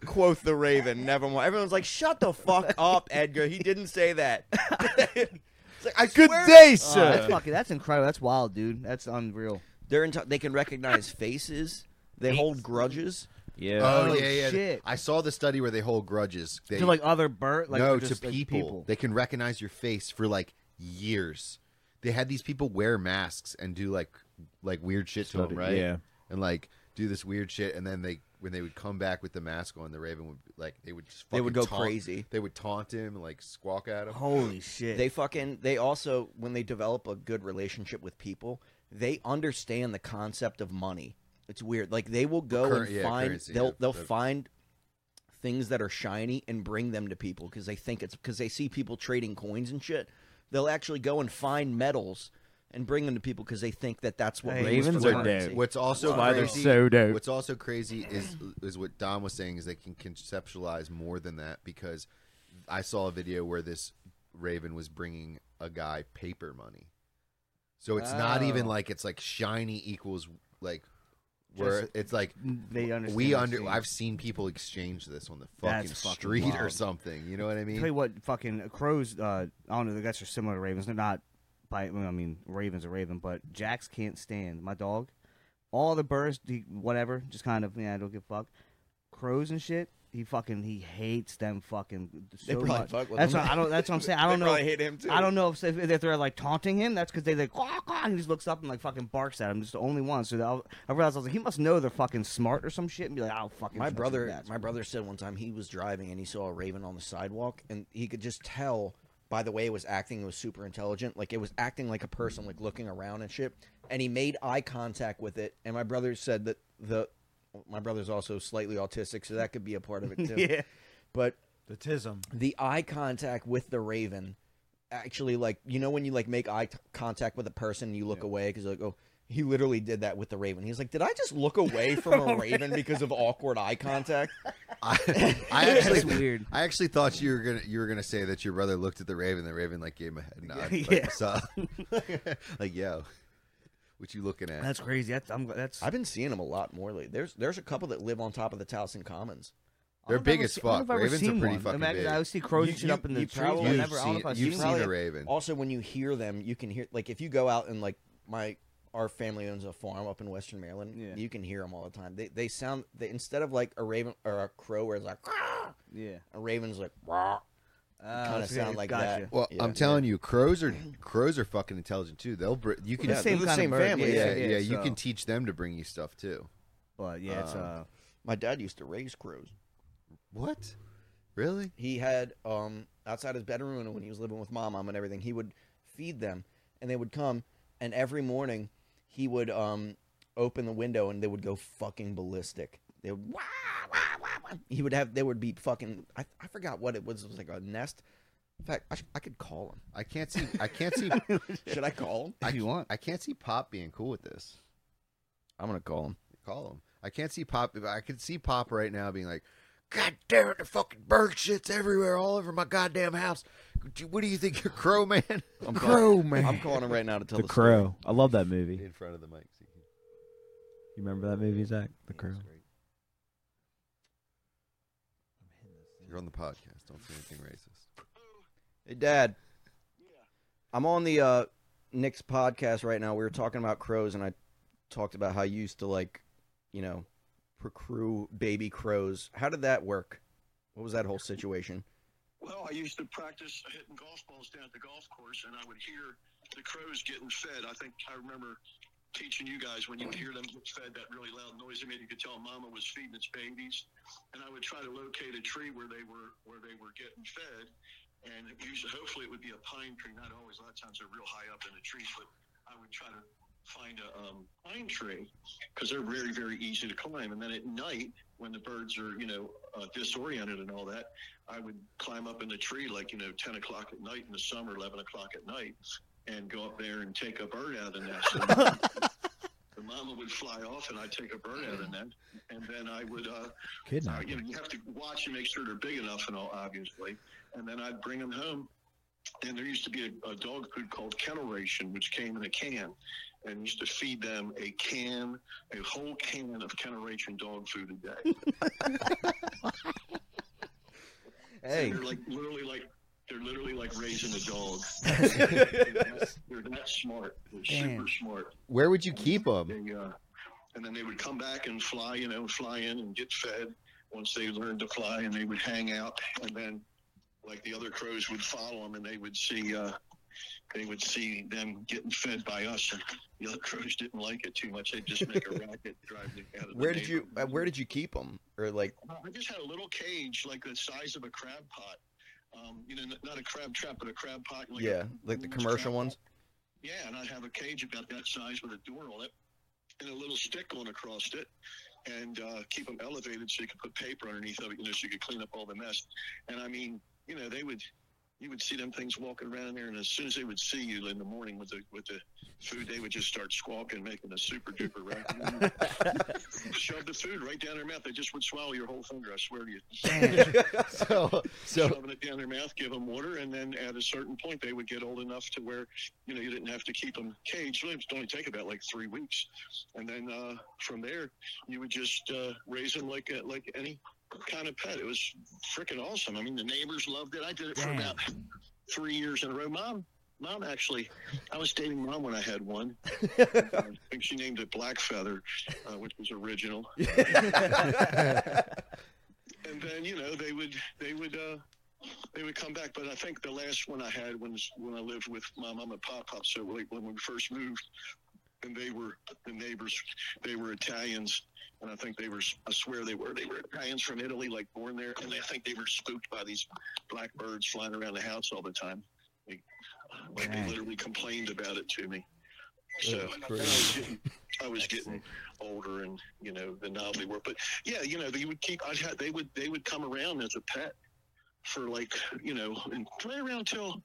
A: quoth the raven, nevermore. Everyone's like, shut the fuck up, Edgar. He didn't say that. *laughs* it's like, I
C: Good
A: swear-
E: Uh,
C: day,
B: Oh,
C: sir.
B: *laughs* that's fucking. That's incredible. That's wild, dude. That's unreal.
A: They're into- they can recognize faces. They hold grudges.
C: *laughs* yeah.
E: Oh,
B: Oh,
E: yeah, yeah.
B: shit.
E: I saw the study where they hold grudges. They,
B: to like other bird, like
E: no
B: or just
E: to
B: like,
E: people. They can recognize your face for like years. They had these people wear masks and do like like weird shit to them,
C: Study,
E: right?
C: yeah.
E: and like do this weird shit, and then they when they would come back with the mask on, the Raven would like they would just
A: They would
E: fucking
A: go
E: taunt-
A: crazy.
E: They would taunt him and like squawk at him.
B: Holy shit!
A: They fucking they also when they develop a good relationship with people, they understand the concept of money. It's weird. Like they will go
E: Current-
A: and
E: yeah,
A: find
E: currency,
A: they'll
E: yeah.
A: they'll
E: That-
A: find things that are shiny and bring them to people because they think it's because they see people trading coins and shit. Theyll actually go and find metals and bring them to people because they think that that's what
B: Hey,
A: we use
C: Ravens
A: for
C: are
A: currency.
C: dope.
E: What's also
C: Why they're
E: crazy,
C: so dope.
E: What's also crazy is is what Dom was saying is they can conceptualize more than that because I saw a video where this raven was bringing a guy paper money. So it's not even
A: Oh.
E: like it's like shiny equals like where it's like
B: They understand.
E: we
B: the
E: under
B: exchange.
E: I've seen people exchange this on the fucking
B: That's fucking
E: street or
B: wild.
E: something. You know what I mean?
B: Tell you what, fucking crows. Uh, I don't know. The guys are similar to ravens. They're not. By well, I mean, ravens are raven, but jacks can't stand my dog. All the birds, he, whatever, just kind of yeah, I don't give a fuck. Crows and shit. He fucking he hates them fucking. So
A: They probably
B: much.
A: fuck with
B: that's
A: him.
B: What, I
A: *laughs*
B: don't. That's what I'm saying. I don't know.
A: probably hate him, too.
B: I don't know if, if, if they're like taunting him. That's because they like quack quack. And he just looks up and like fucking barks at him. Just the only one. So I, I realized I was like, he must know they're fucking smart or some shit, and be like, I'll fucking.
A: My
B: shut your
A: brother,
B: ass."
A: my brother said one time he was driving and he saw a raven on the sidewalk, and he could just tell by the way it was acting. It was super intelligent, like it was acting like a person, like looking around and shit. And he made eye contact with it. And my brother said that the my brother's also slightly autistic, so that could be a part of
B: *laughs*
A: it too.
B: Yeah.
A: But
H: The tism.
A: the eye contact with the raven actually like you know when you like make eye t- contact with a person and you look away because like oh he literally did that with the raven he's like did i just look away from a raven because of awkward eye contact
E: I, I actually
B: That's *laughs* weird.
E: I actually thought you were gonna you were gonna say that your brother looked at the raven. The raven like gave him a
B: *laughs*
E: head nod. Like,
B: Yeah.
E: "What's up?" *laughs* like yo, what you looking at?
B: That's crazy. That's I'm, that's
A: i've been seeing them a lot more lately there's there's a couple that live on top of the Towson commons
E: They're big as
B: I've
E: fuck.
B: ever
E: Ravens are
B: seen
E: pretty
B: one.
E: fucking
B: Imagine,
E: big.
B: I always see crows
A: You-
B: and shit
A: you-
B: up in the
A: you
B: trees. but
A: probably-
B: I
E: You've
B: never, I don't know if
E: seen-
B: I've
E: you've
B: seen
E: seen
B: one.
E: a raven.
A: also when you hear them you can hear like if you go out and like my our family owns a farm up in western maryland
B: Yeah.
A: you can hear them all the time they, they sound they, instead of like a raven or a crow where it's like "Caw,"
B: Yeah,
A: a raven's like "Caw."
B: uh,
A: kinda sound like that.
E: well,
A: Yeah.
E: I'm telling you, crows are crows are fucking intelligent too. They'll br- you can
A: Yeah, they're
B: same
A: the
B: kind of
A: same
B: bird.
E: yeah,
A: family,
E: yeah,
B: it is,
E: you
B: so.
E: can teach them to bring you stuff too.
B: But yeah, it's
E: Um,
B: uh,
A: my dad used to raise crows
E: What? Really?
A: he had um outside his bedroom window when he was living with mom and everything he would feed them and they would come and every morning he would um open the window and they would go fucking ballistic they would wah, wah, wah, wah. he would have they would be fucking I, I forgot what it was it was like a nest in fact I, sh- I could call *laughs* him
E: I can't see. I can't see.
A: should I call him
B: *laughs*
E: I,
B: if you want,
E: I can't see Pop being cool with this.
A: I'm gonna call him
E: Call him. I can't see Pop. I could see Pop right now being like, "God damn it! The fucking bird shit's everywhere, all over my goddamn house. What do you think, you're Crow
I: *laughs*
E: Man?
A: I'm
E: Crow
A: calling, I'm calling him right now to tell
C: The
A: the, story.
C: Crow. I love that movie.
E: in front of the mic. See,
C: You remember that movie, Zach? The
E: Yeah,
C: Crow.
E: that's great. You're on the podcast. Don't say anything racist.
A: Hey, Dad. I'm on the uh, Nick's podcast right now. We were talking about crows, and I talked about how you used to like, you know, procrew baby crows. How did that work? What was that whole situation?
J: Well, I used to practice hitting golf balls down at the golf course, and I would hear the crows getting fed. I think I remember teaching you guys when you would hear them get fed that really loud noise it made you could tell mama was feeding its babies and i would try to locate a tree where they were where they were getting fed and it usually hopefully it would be a pine tree not always a lot of times they're real high up in the trees but i would try to find a um, pine tree because they're very very easy to climb and then at night when the birds are you know uh, disoriented and all that i would climb up in the tree like you know 10 o'clock at night in the summer 11 o'clock at night and go up there and take a bird out of the nest the mama would fly off and I'd take a bird out of that. And then I would, uh, uh, you know, you have to watch and make sure they're big enough and all, obviously. And then I'd bring them home. And there used to be a, a dog food called Kennel Ration, which came in a can. And used to feed them a can, a whole can of Kennel Ration dog food a day.
A: Hey,
J: They're like literally like they're literally like raising a dog. they're that smart. They're
B: Damn.
J: super smart.
E: Where would you keep them?
J: They, uh, and then they would come back and fly, you know, fly in and get fed once they learned to fly, and they would hang out. And then, like the other crows would follow them, and they would see, uh, they would see them getting fed by us. And the other *laughs* crows didn't like it too much. They'd
A: *laughs*
J: just make a racket, drive the out of the
A: where did you
J: neighborhood.
A: uh, where did you keep them? Or like,
J: *laughs* I just had a little cage, like the size of a crab pot. Um, you know, n- not a crab trap, but a crab pot. Like a
A: yeah, like the commercial
J: crab pot.
A: ones.
J: Yeah, and I'd have a cage about that size with a door on it. and a little stick going across it and uh, keep them elevated so you could put paper underneath of it, you know, so you could clean up all the mess. And I mean, you know, they would, you would see them things walking around there, and as soon as they would see you in the morning with the with the food, they would just start squawking, making a super duper racket. Shove the food right down their mouth. They just would swallow your whole finger. I swear to you.
A: *laughs*
E: so so
J: Shoving it down their mouth, give them water, and then at a certain point, they would get old enough to where, you know, you didn't have to keep them caged. It would only take about like three weeks, and then uh, from there, you would just uh, raise them like a, like any kind of pet. It was freaking awesome. I mean, the neighbors loved it. I did it for
B: Dang.
J: about three years in a row. Mom, mom, actually, I was dating mom when I had one. I think she named it Black Feather, uh, which was original. and then you know they would they would uh, they would come back. But I think the last one I had when when I lived with my mom and pop pop. So like when we first moved, and they were the neighbors. They were Italians, and I think they were. I swear they were. They were Italians from Italy, like born there, and I think they were spooked by these black birds flying around the house all the time. Like, like they
B: Dang.
J: literally complained about it to me. So I was,
E: crazy.
J: getting, I was getting older, and you know the novelty work. But yeah, you know they would keep. I'd have, they would they would come around as a pet for like you know and play around till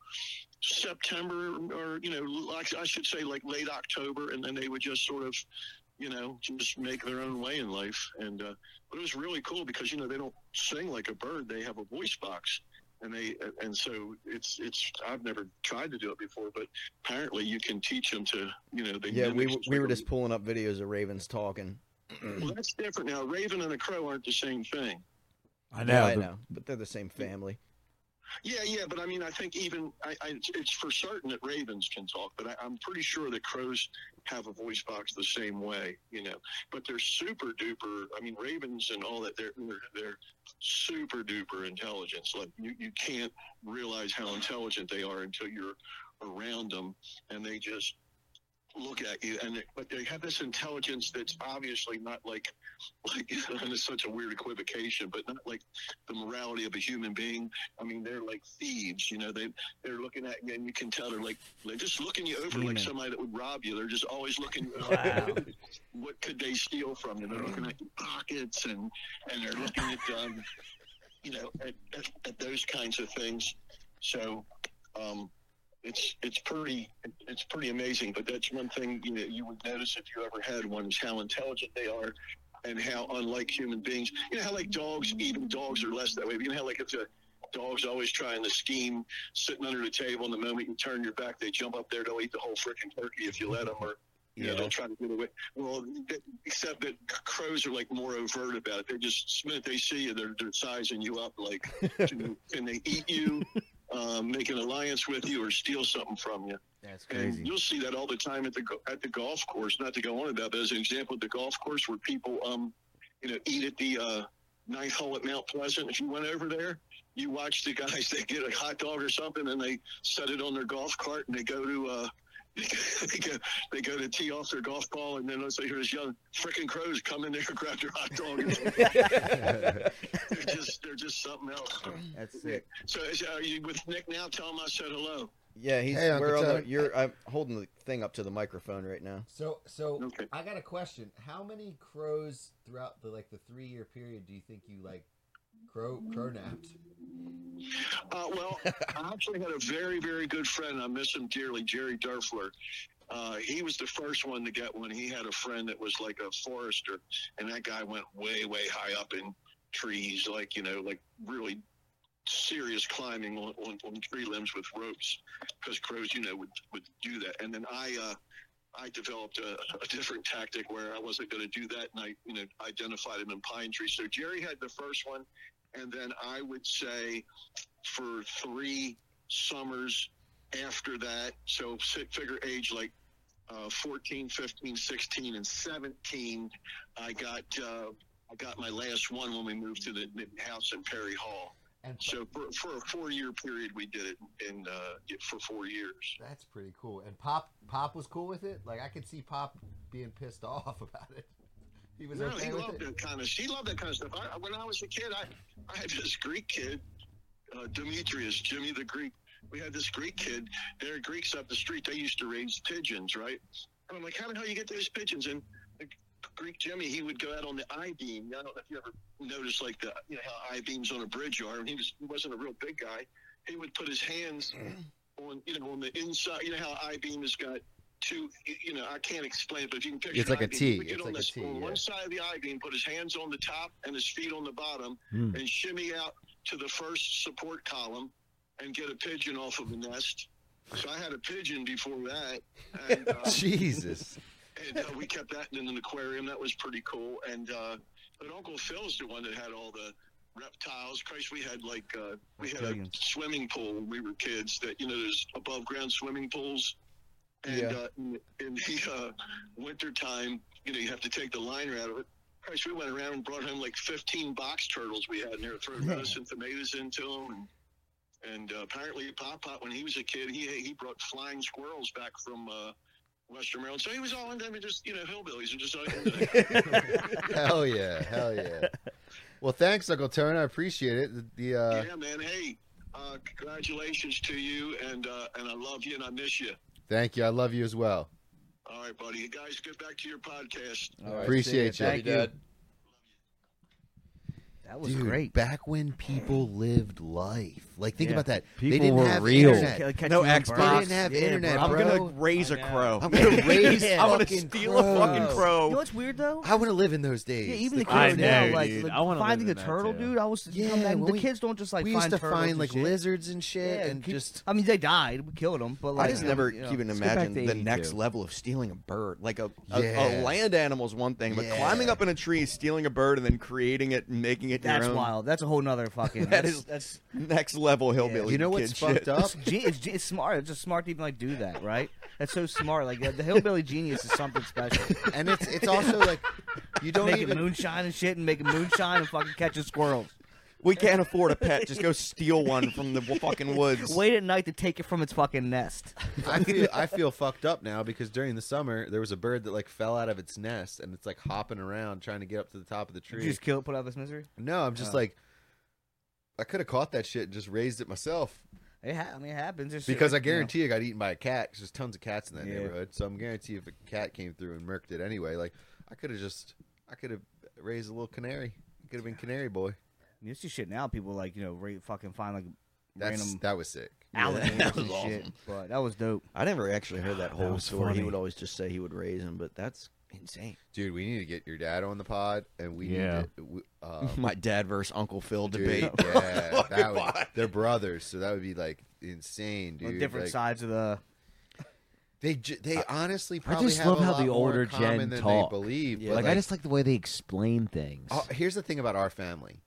J: September or you know like I should say like late October, and then they would just sort of you know just make their own way in life. And uh, but it was really cool because you know they don't sing like a bird; they have a voice box. And they and so it's it's I've never tried to do it before, but apparently you can teach them to you know they
A: Yeah, we
J: mimic
A: w-
J: just
A: we
J: like
A: were
J: a-
A: just pulling up videos of ravens talking.
J: well, that's different. Now, a raven and a crow aren't the same thing.
H: I
A: Yeah,
H: know.
A: I
H: but-
A: know, but they're the same family.
J: Yeah, yeah, but I mean, I think even I, I, it's for certain that ravens can talk, but I, I'm pretty sure that crows have a voice box the same way, you know. But they're super duper. I mean, ravens and all that. They're they're, they're super duper intelligence. Like you, you can't realize how intelligent they are until you're around them, and they just look at you and they- but they have this intelligence that's obviously not like *laughs* like and it's such a weird equivocation but not like the morality of a human being I mean, they're like thieves. You know, they they're looking at you, and you can tell they're like they're just looking you over like
B: Demon.
J: somebody that would rob you. They're just always looking. What could they steal from you? They're looking at your pockets, and and they're looking at um, you know, at, at, at those kinds of things. So, um, it's it's pretty it's pretty amazing. But that's one thing you know, you would notice if you ever had one is how intelligent they are. And how unlike human beings, you know how like dogs, even dogs are less that way. But you know how like if a dog's always trying to scheme, sitting under the table. And the moment you turn your back, they jump up there. They'll eat the whole freaking turkey if you let them, or you know, they'll try to get away. Well, th- except that crows are like more overt about it. They're just the minute they see you, they're, they're sizing you up. Like, can can they eat you? Um, make an alliance with you or steal something from you.
B: That's
J: And you'll see that all the time at the go- at the golf course. Not to go on about, but as an example, at the golf course where people, um, you know, eat at the uh, ninth hole at Mount Pleasant. If you went over there, you watch the guys. *laughs* They get a hot dog or something, and they set it on their golf cart, and they go to. Uh, *laughs* they go, they go to tee off their golf ball, and then let's say here's young frickin' crows come in there and *laughs* grab their hot dog.
A: *laughs*
J: they're *laughs* just they're just something else.
B: That's sick.
J: So is- are you with Nick now? Tell him I said hello.
A: Yeah, he's
E: Hey, Uncle
A: where on the,
E: Tony.
A: you're. I'm holding the thing up to the microphone right now.
I: So so
J: Okay.
I: I got a question. How many crows throughout the like the three year period do you think you like crow crow napped?
J: Uh, well, I actually had a very, very good friend. I miss him dearly, Jerry Durfler. Uh, he was the first one to get one. He had a friend that was like a forester, and that guy went way, way high up in trees, like, you know, like really serious climbing on, on, on tree limbs with ropes because crows, you know, would, would do that. And then I, uh, I developed a, a different tactic where I wasn't going to do that, and I, you know, identified him in pine trees. So Jerry had the first one, and then I would say for three summers after that. So si- figure age like uh, 14, 15, 16, and 17. I got uh, I got my last one when we moved to the the house in Perry Hall.
I: And
J: So for, for a four year period, we did it in uh, for four years.
I: that's pretty cool. And Pop Pop was cool with it? Like I could see Pop being pissed *laughs* off about it. He was
J: No,
I: okay
J: he
I: with
J: loved
I: it.
J: that kind of. He loved that kind of stuff. I, when I was a kid, I, I had this Greek kid, uh, Demetrius, Jimmy the Greek. We had this Greek kid. There are Greeks up the street. They used to raise pigeons, right? And I'm like, how the hell you get those pigeons? And the Greek Jimmy, he would go out on the I beam. I don't know if you ever noticed, like the you know how I beams on a bridge are. And he was he wasn't a real big guy. He would put his
E: *clears throat*
J: hands on you know on the inside. You know how I beam has got two. you- You know I can't explain it, but if you can picture
E: It's like a
J: I-beam, he
E: T.
J: would get
E: It's
J: on
E: like a
J: this-
E: T,
J: On
E: yeah.
J: one side of the I beam, put his hands on the top and his feet on the bottom,
C: Hmm.
J: and shimmy out to the first support column and get a pigeon off of the nest. So I had a pigeon before that. And, um,
E: Jesus.
J: and uh, we kept that in an aquarium. That was pretty cool. And uh, but Uncle Phil's the one that had all the reptiles. Christ, we had like uh, we had a
B: Reptilians.
J: swimming pool when we were kids. That you know, there's above ground swimming pools. And
A: Yeah.
J: uh, in, in the uh, winter time, you know, you have to take the liner out of it. Christ, we went around and brought home like 15 box turtles we had in there, throwing medicine tomatoes into them. And uh, apparently, Pop Pop, when he was a kid, he he brought flying squirrels back from uh, Western Maryland. So he was all in them, and just you know, hillbillies, and just uh, all
E: hell yeah. Hell yeah. Well, thanks, Uncle Tony. I appreciate it. The, the, uh,
J: yeah, man. Hey, uh, congratulations to you, and uh, and I love you, and I miss you.
E: Thank you. I love you as well.
J: All right, buddy. You guys, get back to your podcast.
A: All right,
E: Appreciate
A: Oh, see
E: you.
A: Thank
E: Love you,
A: Dad.
B: That was
E: Dude,
B: great.
E: Back when people lived life, like think
B: Yeah.
E: about that.
C: People
E: they didn't
C: were
E: have
C: real.
E: internet.
B: Catch
A: No
B: me on
A: Xbox.
B: birds.
A: They didn't
E: have
B: Yeah,
E: internet,
B: bro.
A: I'm
E: bro.
A: gonna raise a crow. *laughs*
E: I'm gonna raise.
B: Yeah.
A: I'm gonna
E: fucking
A: steal
E: crows.
A: a fucking
B: You know
A: crow.
B: what's weird though?
E: I want to live in those days.
B: Yeah, even the
C: I
B: kids
C: know,
B: now, like,
C: dude.
B: like,
C: I wanna live
B: finding
C: in
B: a
C: that,
B: turtle,
C: too.
B: dude. I was
E: Yeah,
B: I mean,
E: when
B: the
E: we-
B: kids don't just like
E: we used
B: find
E: to
B: turtles
E: find
B: and
E: like
B: shit.
E: lizards and shit,
B: Yeah,
E: and
B: ki-
E: just
B: I mean, they died. We killed them, but like,
A: I just never even
C: Let's get back
A: imagined
C: to
A: the
C: 82.
A: next level of stealing a bird. Like a a,
E: Yeah.
A: a land animal's one thing, but
E: Yeah.
A: climbing up in a tree, stealing a bird, and then creating it and making it
B: That's
A: your own.
B: wild. That's a whole nother fucking.
A: That
B: that's-
A: is-
B: that's
A: Next level hillbilly.
E: you know what's
A: kid
E: fucked
A: shit.
E: up?
B: It's, gen- it's, gen- it's smart. It's just smart to even like do that, right? That's so smart. Like the, the hillbilly genius is something special.
E: and it's it's also like
B: *laughs*
E: you don't
B: making
E: even
B: moonshine and shit, and making moonshine and fucking catching squirrels.
A: *laughs* We can't afford a pet. Just go steal one from the fucking woods.
B: *laughs* Wait at night to take it from its fucking nest. *laughs*
E: I feel I feel fucked up now because during the summer there was a bird that like fell out of its nest and it's like hopping around trying to get up to the top of the
B: Did
E: tree.
B: you just kill it, put out this misery.
E: no, I'm just
B: Oh.
E: like I could have caught that shit and just raised it myself
B: It ha- I mean, it happens. There's shit
E: because I
B: like- you know.
E: guarantee I got eaten by a cat. 'cause there's tons of cats in that
B: Yeah.
E: neighborhood, so I'm guarantee if a cat came through and murked it anyway, like I could have just I could have raised a little canary. Could have been canary boy.
B: I mean, it's just shit now. People like you know ra- fucking find like
E: That's
B: random
E: that was sick. *laughs*
B: alligators
A: that was
B: and shit.
A: awesome.
B: But that was dope.
A: I never actually heard that
C: That
A: whole
C: was
A: story. He
C: funny.
A: would always just say he would raise him, but that's insane.
E: Dude, we need to get your dad on the pod, and we
C: Yeah.
E: need to. We,
B: *laughs*
E: um,
A: *laughs* My dad versus Uncle Phil
E: Dude,
A: debate. *laughs*
E: Yeah, that
A: Fucking
E: would,
A: wild.
E: they're brothers, so that would be like insane,
B: On
E: dude.
B: different
E: Like,
B: sides of the.
E: They ju- they honestly probably
C: just
E: have
C: love
E: a
C: how
E: lot
C: the
E: more
C: older
E: in common
C: gen
E: than
C: talk.
E: They believe,
A: Yeah.
E: but,
C: Like, I just like the way they explain things.
E: uh, here's the thing about our family: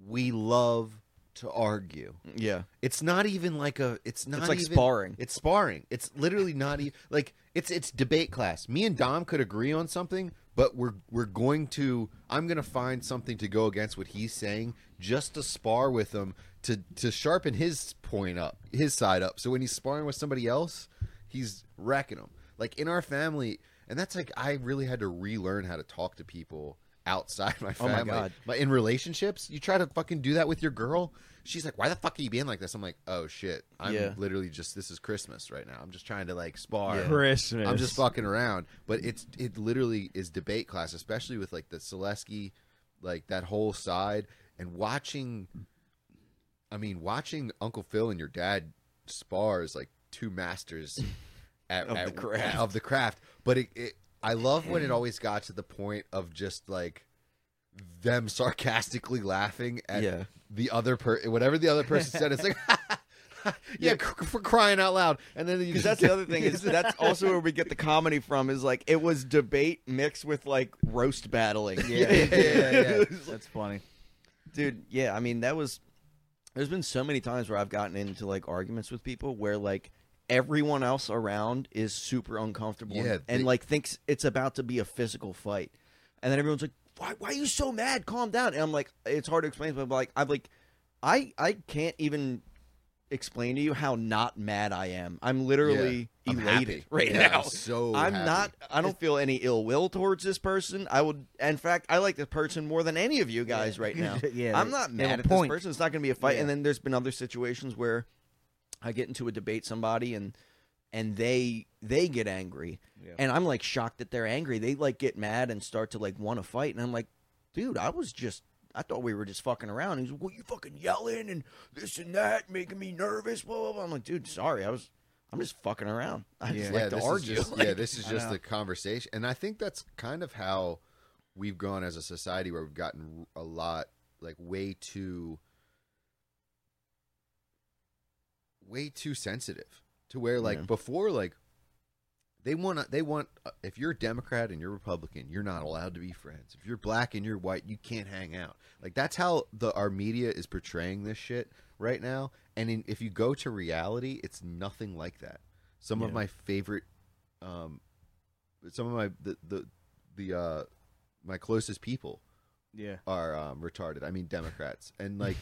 E: we love to argue.
A: Yeah,
E: It's not even like a. It's not.
A: it's like
E: even-
A: sparring.
E: It's sparring. It's literally not even like it's it's debate class. Me and Dom could agree on something, but we're we're going to I'm going to find something to go against what he's saying just to spar with him to to sharpen his point up, his side up. So when he's sparring with somebody else, he's wrecking him. Like in our family, and that's like I really had to relearn how to talk to people outside my
A: Oh my
E: family.
A: God.
E: But in relationships, you try to fucking do that with your girl. She's like, "Why the fuck are you being like this?" I'm like, "Oh shit, I'm
A: Yeah.
E: literally just this is Christmas right now. I'm just trying to like
C: *laughs*
E: spar.
C: Christmas.
E: I'm just fucking around." But it's it literally is debate class, especially with like the Selesky, like that whole side and watching. I mean, watching Uncle Phil and your dad spar is like two masters
A: *laughs*
E: at,
A: Of
E: at-
A: the craft.
E: of the craft. But it, it, I love when
A: *clears throat*
E: it always got to the point of just like them sarcastically laughing at
A: Yeah.
E: the other person, whatever the other person
A: *laughs*
E: said. It's like, *laughs* yeah, cr- for crying out loud. And then *laughs* you
A: Because
E: just
A: that's
E: get-
A: the other thing is that's also where we get the comedy from. Is like it was debate mixed with like roast battling.
E: *laughs* Yeah, yeah,
A: *laughs*
E: yeah, yeah.
B: That's funny.
A: dude yeah i mean that was there's been so many times where i've gotten into like arguments with people where like everyone else around is super uncomfortable
E: Yeah,
A: and, and,
E: they-
A: like thinks it's about to be a physical fight and then everyone's like why, why are you so mad calm down and i'm like it's hard to explain but like i'm like i i can't even explain to you how not mad i am i'm literally
E: I'm
A: elated
E: happy.
A: right
E: Yeah,
A: now
E: I'm so
A: I'm
E: happy.
A: not. I don't feel any ill will towards this person. I would, in fact, I like this person more than any of you guys
B: *laughs*
A: right now.
B: Yeah,
A: I'm
B: they-
A: not
B: they have
A: mad
B: a
A: at
B: point.
A: this person. It's not going to be a fight.
B: Yeah.
A: And then there's been other situations where I get into a debate somebody and and they they get angry
B: Yeah.
A: and i'm like shocked that they're angry they like get mad and start to like want to fight and i'm like dude i was just i thought we were just fucking around he's like well you fucking yelling and this and that making me nervous blah blah blah i'm like dude sorry i was i'm just fucking around i
B: Yeah.
A: just
E: yeah,
A: like to
E: this
A: argue
E: Is just, yeah, this is
B: I
E: just
B: know.
E: the conversation, and I think that's kind of how we've gone as a society, where we've gotten a lot, like way too, way too sensitive to where like
A: Yeah.
E: before, like they want to, they want uh, if you're a Democrat and you're Republican, you're not allowed to be friends. If you're black and you're white, you can't hang out. Like that's how the our media is portraying this shit right now. And in, if you go to reality, it's nothing like that. Some of
A: Yeah.
E: my favorite, um, some of my the the, the uh, my closest people
B: Yeah.
E: are um, retarded. I mean Democrats, and
B: *laughs*
E: like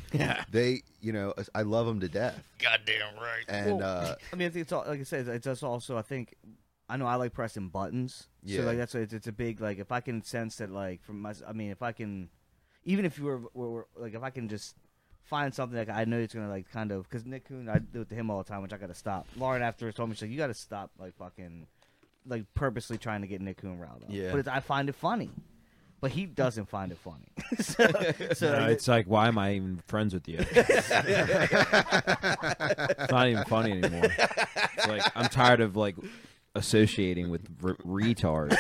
E: they, you know, I love them to death. Goddamn right. And
B: Well, *laughs*
E: uh,
B: I mean, I think it's all, like I said, it's just also, I think, I know I like pressing buttons.
E: Yeah.
B: So, like, that's, it's, it's a big, like, if I can sense that, like, from my, I mean, if I can, even if you were, were, were like, if I can just find something that I know it's going to, like, kind of, because Nick Coon, I do it to him all the time, which I got to stop. Lauren after told me, she's like, you got to stop, like, fucking, like, purposely trying to get Nick Coon riled up.
A: Yeah.
B: But it's, I find it funny. But he doesn't find it funny. so, so
C: *laughs* No,
B: like,
C: it's like, why am I even friends
E: *laughs*
C: with you? *laughs* it's not even funny anymore. It's like I'm tired of like associating with r-
A: *laughs*
C: retards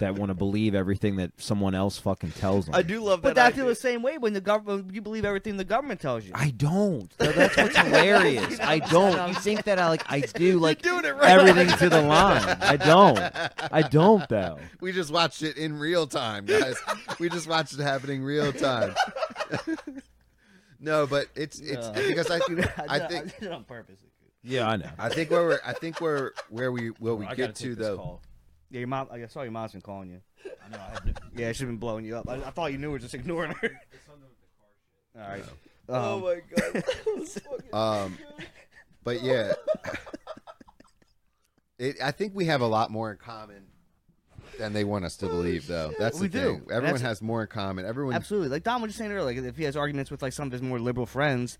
C: that want to believe everything that someone else fucking tells them.
A: i do love
B: but
A: that
B: that's the same way when the government, you believe everything the government tells you.
C: I don't. Th- That's what's
A: *laughs*
C: hilarious. I don't. You think that I like? I do like
A: doing it right.
C: everything to the line. I don't. I don't though.
E: we just watched it in real time, guys. we just watched it happening real time. *laughs* no, but it's it's
B: No.
E: because I, I
B: did-
E: think
B: *laughs* *laughs* I did it on purpose.
C: Yeah, I know.
E: I think where we're I think where where we where we get to though.
B: Yeah, your mom. I saw your mom's been calling you. I know. I yeah, she's been blowing you up. I, I thought you knew. We were just ignoring her. All right.
A: oh
B: Um,
A: my god
E: Um, but yeah, it, I think we have a lot more in common than they want us to believe, though. That's
B: We
E: the
B: do.
E: thing.
B: And
E: Everyone
B: that's-
E: has more in common. Everyone,
B: Absolutely. Like Don was just saying earlier, like, if he has arguments with like some of his more liberal friends,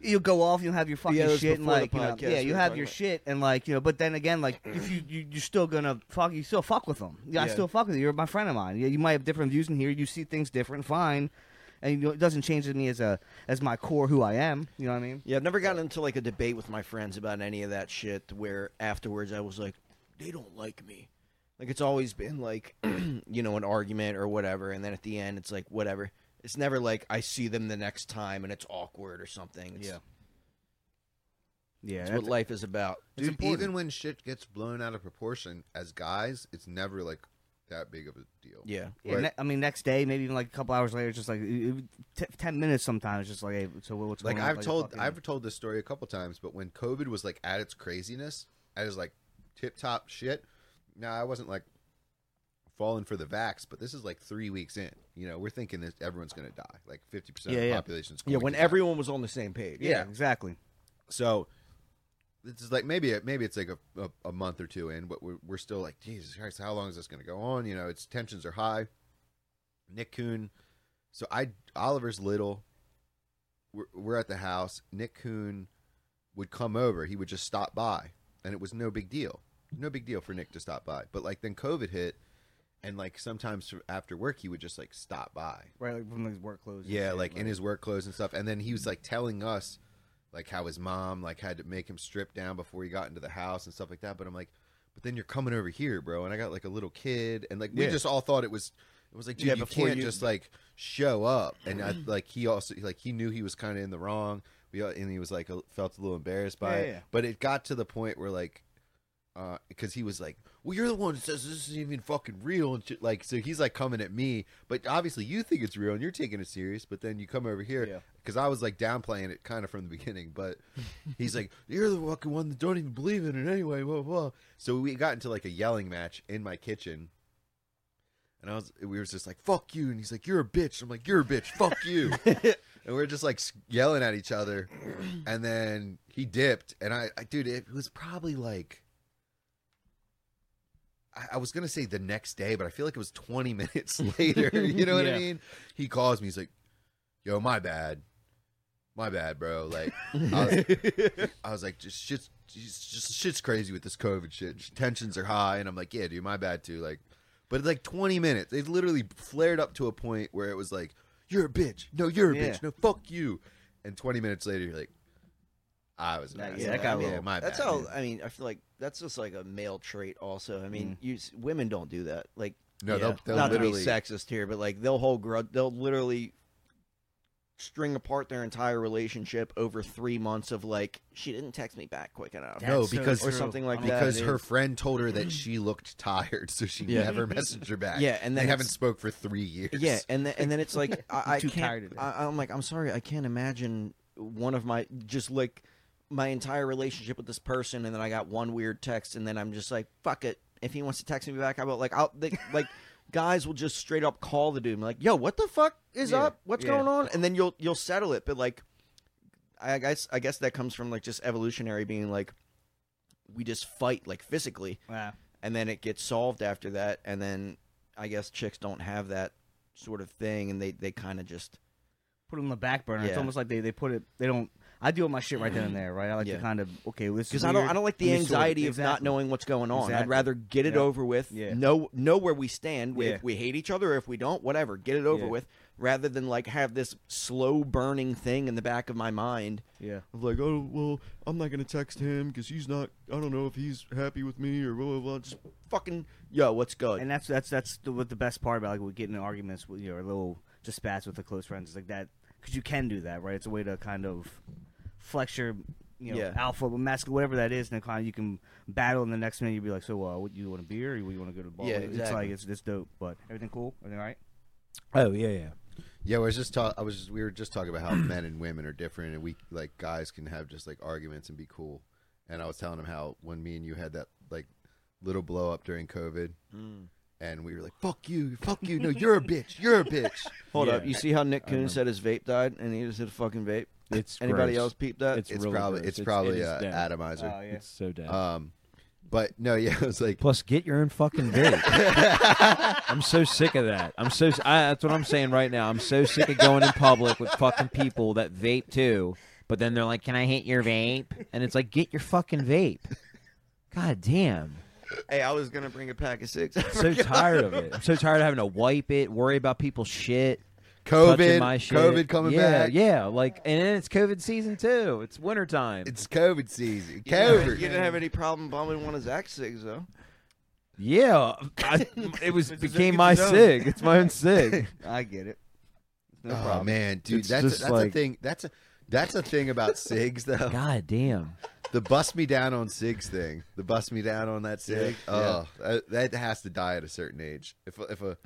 B: you'll go off, you'll have your fucking
A: that was
B: shit, and
A: before the
B: like, you know,
A: podcast
B: yeah,
A: we
B: you
A: were
B: have
A: talking
B: your
A: about.
B: shit, and like, you know, but then again, like, if you, you you're still gonna fuck, you still fuck with them. Yeah, I
A: Yeah.
B: still fuck with you. You're my friend of mine. Yeah, you might have different views in here. You see things different, fine, and you know, it doesn't change me as a as my core who I am. You know what I mean?
A: Yeah, I've never gotten into like a debate with my friends about any of that shit to where afterwards I was like, they don't like me. Like it's always been like, *clears throat* you know, an argument or whatever, and then at the end it's like whatever. It's never like I see them the next time and it's awkward or something. It's,
B: Yeah. Yeah,
A: it's
B: that's-
A: what life is about.
B: It's
E: dude,
B: important.
E: even when shit gets blown out of proportion, as guys, it's never like that big of a deal.
A: Yeah.
B: Yeah,
E: Right.
B: ne- I mean, next day, maybe even like a couple hours later, it's just like it- it- t- ten minutes. Sometimes, just like, hey, so what- what's
E: Like
B: going on?
E: I've told,
B: fucking-
E: I've told this story a couple times, but when COVID was like at its craziness, at its like tip top shit. Now I wasn't like falling for the vax, but this is like three weeks in. You know, we're thinking that everyone's gonna die, like fifty percent of
B: Yeah,
E: the
B: yeah.
E: population's.
A: Yeah,
E: going
A: when
E: to die.
A: everyone was on the same page.
B: yeah, exactly.
E: So this is like maybe maybe it's like a, a, a month or two in, but we're, we're still like Jesus Christ, how long is this going to go on? You know, it's tensions are high. Nick Coon, so I Oliver's little. We're, we're at the house. Nick Coon would come over. He would just stop by, and it was no big deal. No big deal for Nick to stop by. But like then COVID hit, and like sometimes after work he would just like stop by.
B: Right, like from his work clothes. and
E: Yeah,
B: shit,
E: like, in his work clothes and stuff. And then he was like telling us like how his mom like had to make him strip down before he got into the house and stuff like that. But I'm like, but then you're coming over here, bro, and I got like a little kid and like we
A: Yeah.
E: just all thought it was it was like, dude,
A: Yeah,
E: you
A: before
E: can't
A: you-
E: just like show up. And I,
B: Mm.
E: like he also like he knew he was kind of in the wrong. We all, and he was like a, felt a little embarrassed by
B: Yeah,
E: it.
B: yeah.
E: But it got to the point where like because he was like, "Well, you're the one that says this isn't even fucking real," and shit. like, so he's like coming at me. But obviously, you think it's real and you're taking it serious. But then you come over
B: Yeah.
E: here because I was like downplaying it kind of from the beginning.
B: *laughs*
E: But he's like, "You're the fucking one that don't even believe in it anyway." Blah blah. So we got into like a yelling match in my kitchen. And I was, we were just like, "Fuck you!" And he's like, "You're a bitch." I'm like, "You're a bitch." Fuck you. and we we're just like yelling at each other. And then he dipped, and I, I dude, it was probably like, I, I was gonna say the next day, but I feel like it was 20 *laughs* minutes later. you know what I
B: Yeah.
E: mean? He calls me. He's like,
B: *laughs*
E: "Yo, my bad, my bad, bro." Like, I was, I was like, just shit's "Jeez, just shit's crazy with this COVID shit. Tensions are high, and I'm like, yeah, dude, my bad too. Like, but it's like 20 minutes, it literally flared up to a point where it was like, you're a bitch. No, you're a
B: Yeah.
E: bitch. No, fuck you. And 20 minutes later, you're like, I was an
B: Yeah,
E: asshole.
B: that got a
E: yeah,
B: little-
E: my
A: That's
E: bad.
A: how I mean. I feel like that's just like a male trait. Also, I
B: Mm.
A: mean, you s women don't do that. Like,
E: No, they'll, they'll
A: not
E: literally
A: to be sexist here, but like they'll hold grudge. They'll literally string apart their entire relationship over three months of like she didn't text me back quick enough.
E: No,
B: That's so
E: because-
A: or
B: true.
A: something like that.
E: because
A: it
E: her
A: is.
E: friend told her that she looked tired, so she
A: Yeah.
E: never messaged her back.
A: Yeah, and then
E: they haven't
A: it's-
E: spoke for three years.
A: Yeah, and then, and then it's
B: *laughs*
A: like I, I
B: too
A: can't.
B: tired of that.
A: I, I'm like I'm sorry, I can't imagine one of my just like my entire relationship with this person, and then I got one weird text, and then I'm just like fuck it. If he wants to text me back, I will. Like I'll they, like *laughs* guys will just straight up call the dude, and be like yo, what the fuck is
B: Yeah,
A: up? What's
B: yeah.
A: going on? And then you'll you'll settle it, but like. I guess I guess that comes from like just evolutionary being like we just fight like physically
B: Wow.
A: and then it gets solved after that and then i guess chicks don't have that sort of thing and they they kind of just
B: Put it on the back burner. It's
A: Yeah. Mm-hmm.
B: almost like they, they put it. They don't. I deal with my shit right then and there, right? I like
A: Yeah.
B: to kind of okay. This
A: because i don't i don't like the anxiety of not
B: knowing.
A: knowing what's going on i'd
B: Exactly.
A: rather get it
B: Yep.
A: over with
B: Yeah.
A: know know where we stand
B: Yeah.
A: if we hate each other or if we don't whatever get it over
B: Yeah.
A: with rather than like have this slow burning thing in the back of my mind
B: Yeah.
A: of like oh well i'm not gonna text him because he's not i don't know if he's happy with me or blah blah blah just fucking yo what's good
B: and that's that's that's the, what the best part about like we get in arguments with you know, or little dispats with the close friends is like that because you can do that right. It's a way to kind of flex your you know
A: Yeah.
B: alpha masculine whatever that is, and then kind of you can battle. And the next minute you'd be like, so uh, what you want a beer? Or you want to go to the bar?
A: Yeah,
B: It's
A: exactly.
B: like it's it's dope, but everything cool, everything all right?
C: Oh yeah, yeah.
E: Yeah, I was just ta- I was just, we were just talking about how *clears throat* men and women are different, and we like guys can have just like arguments and be cool. And I was telling him how when me and you had that like little blow up during COVID, and we were like, "Fuck you, fuck you, no, you're a bitch, you're a bitch."
A: Hold
C: Yeah.
A: up. You see how Nick Coon said his vape died and he just hit a fucking vape?
C: It's
A: Anybody
C: gross.
A: else peep that?
E: Uh, It's, probably
C: gross.
E: it's, probably
C: it is
E: uh,
C: dead.
E: atomizer.
B: Oh yeah.
C: It's so dead.
E: Um, but no, *laughs* yeah, I was like,
C: Plus, get your own fucking vape.
E: *laughs*
C: I'm so sick of that. I'm so. I, that's what I'm saying right now. I'm so sick of going in public with fucking people that vape too. But then they're like, "Can I hit your vape?" And it's like, "Get your fucking vape." God
E: *laughs*
C: damn.
A: Hey, I was gonna bring a pack of
B: *laughs*
A: six.
C: I'm so tired of it. I'm so tired of having to wipe it, worry about people's shit, touching
E: "COVID,
C: my shit.
E: COVID coming
C: yeah,
E: back,
C: Yeah, like, and then it's COVID season too. It's wintertime.
E: it's COVID season,
A: You didn't have-
E: COVID."
A: You didn't have any problem bombing one of Zach's cigs though.
C: yeah, *laughs* I, it was
B: It's his-
C: became
B: it's
C: my
B: his own.
C: sig. It's my own sig.
B: *laughs* I get it. No
E: Oh
B: problem.
E: man, dude,
C: It's
E: that's a,
C: just
E: that's a
C: like-
E: thing. That's a that's a thing about SIGs though.
C: *laughs* God damn.
E: The bust me down on SIGs thing. The bust me down on that SIG. Oh, That, that has to die at a certain age. If a- if a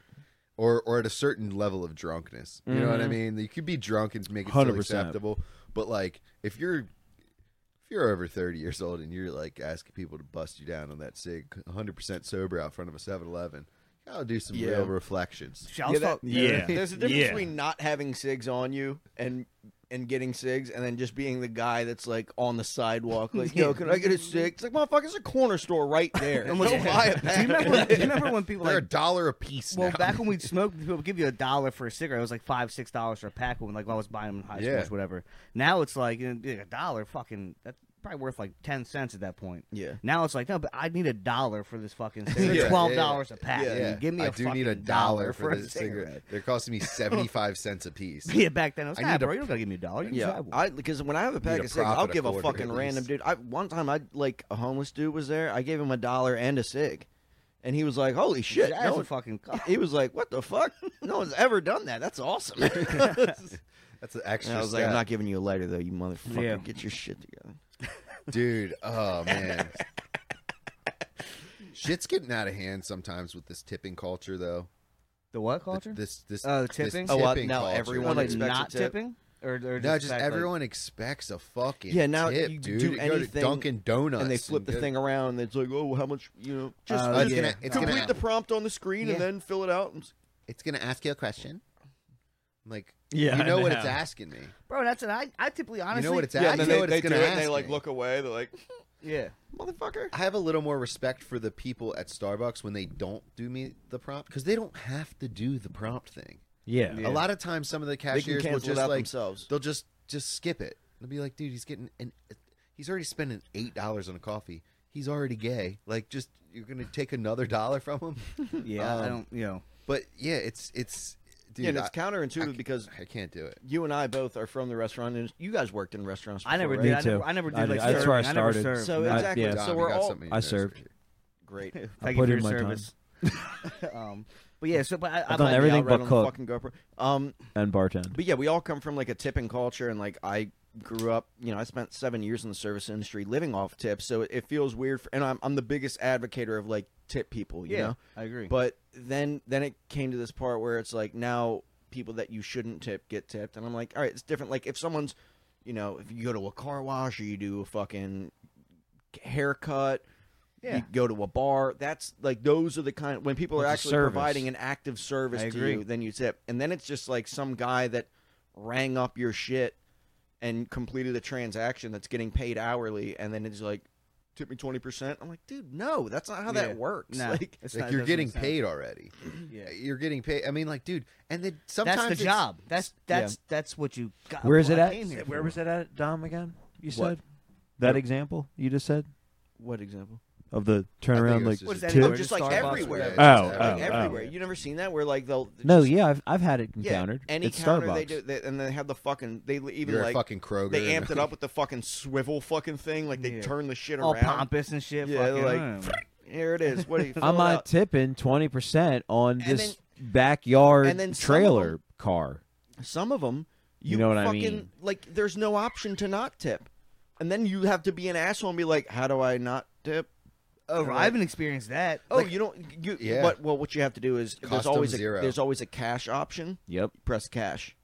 E: or or at a certain level of drunkenness. You know what I mean? You could be drunk and make it still
C: 100%.
E: acceptable, but like if you're if you're over 30 years old and you're like asking people to bust you down on that SIG 100% sober out front of a 7-Eleven, you got to do some
A: Yeah.
E: real reflections.
B: Shit, I was talk-
A: There's a difference between not having cigs on you and and getting cigs and then just being the guy that's like on the sidewalk, like, yo, can I get a cig? It's like motherfucker, it's a corner store right there.
B: *laughs*
A: Go buy a
B: do you
A: pack.
B: remember? Do you remember when people
E: They're
B: like
E: a dollar a piece
B: Well,
E: now.
B: back when we'd smoke, people would give you a dollar for a cigarette. It was like five, six dollars for a pack. When like when I was buying them in high school,
E: Yeah.
B: or whatever. Now it's like you know, a dollar. Fucking that's probably worth like ten cents at that point.
A: Yeah.
B: Now it's like no, but I need a dollar for this
E: *laughs*
B: fucking cigarette.
E: Yeah,
B: Twelve
E: yeah, yeah.
B: dollars a pack.
A: Yeah.
B: dude.
E: Yeah,
B: Give me
E: I
B: a
E: do need a
B: fucking
E: dollar for
B: a
E: this cigarette. They're costing me seventy-five cents a
B: *laughs*
E: piece.
B: Yeah, back then I was
E: I
B: like, nah,
E: need a-
B: bro, you don't gotta give me a dollar. You can just
A: Yeah,
B: have one.
A: I because when I have a pack
E: a
A: of cigs,
E: profit
A: I'll give a
E: quarter at
A: fucking
E: least.
A: random dude. I one time I like a homeless dude was there. I gave him a dollar and a cig, and he was like, "Holy shit!"
B: That's
A: no
B: a
A: one-
B: fucking.
A: *laughs*
B: cup.
A: he was like, "What the fuck? No one's ever done that. That's
B: *laughs*
A: awesome." and
E: That's an extra.
A: I was like,
E: step.
A: "I'm not giving you a lighter though, you motherfucker.
B: Yeah.
A: Get your shit together."
E: dude. Oh man, shit's getting out of hand sometimes with this tipping culture, though.
B: The what
E: Th-
B: culture?
E: This this
B: Oh, the
E: this
B: tipping?
A: Oh, well,
E: tipping
A: now
E: culture.
A: everyone
B: Or, like
A: expects a
B: not
A: tip.
B: tipping, or, or just
E: No, just
B: back, like-
E: everyone expects a fucking
A: Yeah, now
E: tip,
A: you
E: dude.
A: do
E: You go to
A: anything,
E: Dunkin' Donuts
A: and Uh, they flip the
E: go-
A: thing around. and It's like, "Oh, how much? You know, just
B: Oh,
E: Oh, it's
A: just
B: yeah.
E: gonna it's
A: complete
E: gonna
A: the prompt on the screen
B: Yeah.
A: and then fill it out." And, s-
E: it's gonna ask you a question. I'm like,
C: Yeah,
E: you
C: I
E: know what
C: know.
E: it's asking me.
B: bro. That's an I. I typically honestly.
E: you know what it's
A: yeah, and then
E: asking. you know
A: they,
E: what
A: they
E: it's
A: do
E: gonna
A: it.
E: ask
A: And they like
E: me.
A: look away. They're like, *laughs*
B: Yeah.
A: "Motherfucker."
E: I have a little more respect for the people at Starbucks when they don't do me the prompt because they don't have to do the prompt thing.
C: Yeah.
E: A lot of times, some of the
A: They can
E: cashiers will
A: cancel
E: just
A: it out
E: like
A: themselves.
E: they'll just just skip it. They'll be like, "Dude, he's getting an He's already spending eight dollars on a coffee. He's already gay. Like, just you're gonna take another dollar from him. *laughs*
B: Yeah, I
E: Um,
B: don't. You know,
E: But yeah, it's it's dude.
A: yeah, and it's
E: I,
A: counterintuitive
E: I-
A: because
E: I can't do it.
A: you and I both are from the restaurant industry. You guys worked in restaurants. Before,
B: I never
A: right?
B: did.
C: Me
B: I
C: too.
B: never, I never did.
C: I
B: like
C: did- that's where I
B: serving. never
C: started.
B: served.
A: So
B: No.
A: exactly.
C: yeah.
A: So
E: Dom, you
A: we're
E: got
A: all
E: something in
C: I
E: your nose
C: served.
E: for you.
A: *laughs* great.
B: Thank you
C: put
B: for
C: in
B: your
C: my time.
B: service. um, but yeah, so but I, I,
C: done
A: Find me
C: everything
A: out
C: but
A: on the
C: cook.
A: Fucking GoPro. Um,
C: and bartend.
A: but yeah, we all come from like a tipping culture, and like I grew up. You know, I spent seven years in the service industry living off tips, so it, it feels weird. For, and I'm I'm the biggest advocate of like tip people. You
B: yeah,
A: know,
B: I agree.
A: But then then it came to this part where it's like now people that you shouldn't tip get tipped, and I'm like, all right, it's different. Like if someone's, you know, if you go to a car wash or you do a fucking haircut.
B: Yeah.
A: You go to a bar. That's like those are the kind when people are
C: It's a
A: actually
C: service.
A: providing an active service
B: I
A: to
B: agree.
A: you, then you tip. And then it's just like some guy that rang up your shit and completed a transaction that's getting paid hourly, and then it's like, tip me twenty percent. I'm like, dude, no, that's not how
B: Yeah.
A: that works. *laughs*
B: Nah,
A: Like,
B: it's
E: Like
B: not-
E: you're
B: it doesn't
E: getting
B: make sense.
E: paid already.
B: Yeah.
E: You're getting paid. I mean, like, dude. And then sometimes
B: That's the
E: it's-
B: job. That's that's that's what you got.
C: Where is
B: what
C: it
B: I
C: at?
B: came here
C: Where
B: for.
C: was it at, Dom? Again, you
A: What?
C: said that example you just said
A: what example?
C: of the
E: I think
C: turnaround.
E: it
C: Like,
E: was
B: What is
E: a
B: that?
C: tip?
A: Oh,
B: Where
A: just
B: the
A: like
B: Starbucks
A: everywhere.
E: was.
C: Oh,
A: Like,
C: oh,
A: everywhere.
B: oh.
A: You never seen that where like they'll
C: no,
A: just-
C: yeah, I've I've had it
A: yeah,
C: encountered.
A: Any
C: it's
A: counter
C: Starbucks.
A: they do, they, and they have the fucking they l- even
E: You're
A: like
E: a fucking Kroger.
A: they amped it up with the fucking swivel fucking thing. Like they
B: Yeah.
A: turn the shit
B: all
A: around.
B: pompous and shit?
A: Yeah,
B: fucking,
A: like,
B: mm.
A: Here it is.
C: *laughs*
A: What do you? fill
C: I'm
A: it
C: not
A: out.
C: tipping twenty percent on
A: And
C: this backyard
A: and then some of
C: trailer
A: them-
C: car.
A: Some of them, you,
C: You know what I
A: fucking
C: mean.
A: like. There's no option to not tip, and then you have to be an asshole and be like, "How do I not tip?"
B: oh,
A: Like-
B: I
C: e,
B: haven't experienced that.
A: Oh,
B: Like,
A: you don't. You,
E: Yeah.
A: What? Well, what you have to do is there's
E: Custom
A: always a,
E: zero.
A: there's always a cash option.
C: Yep.
A: Press cash,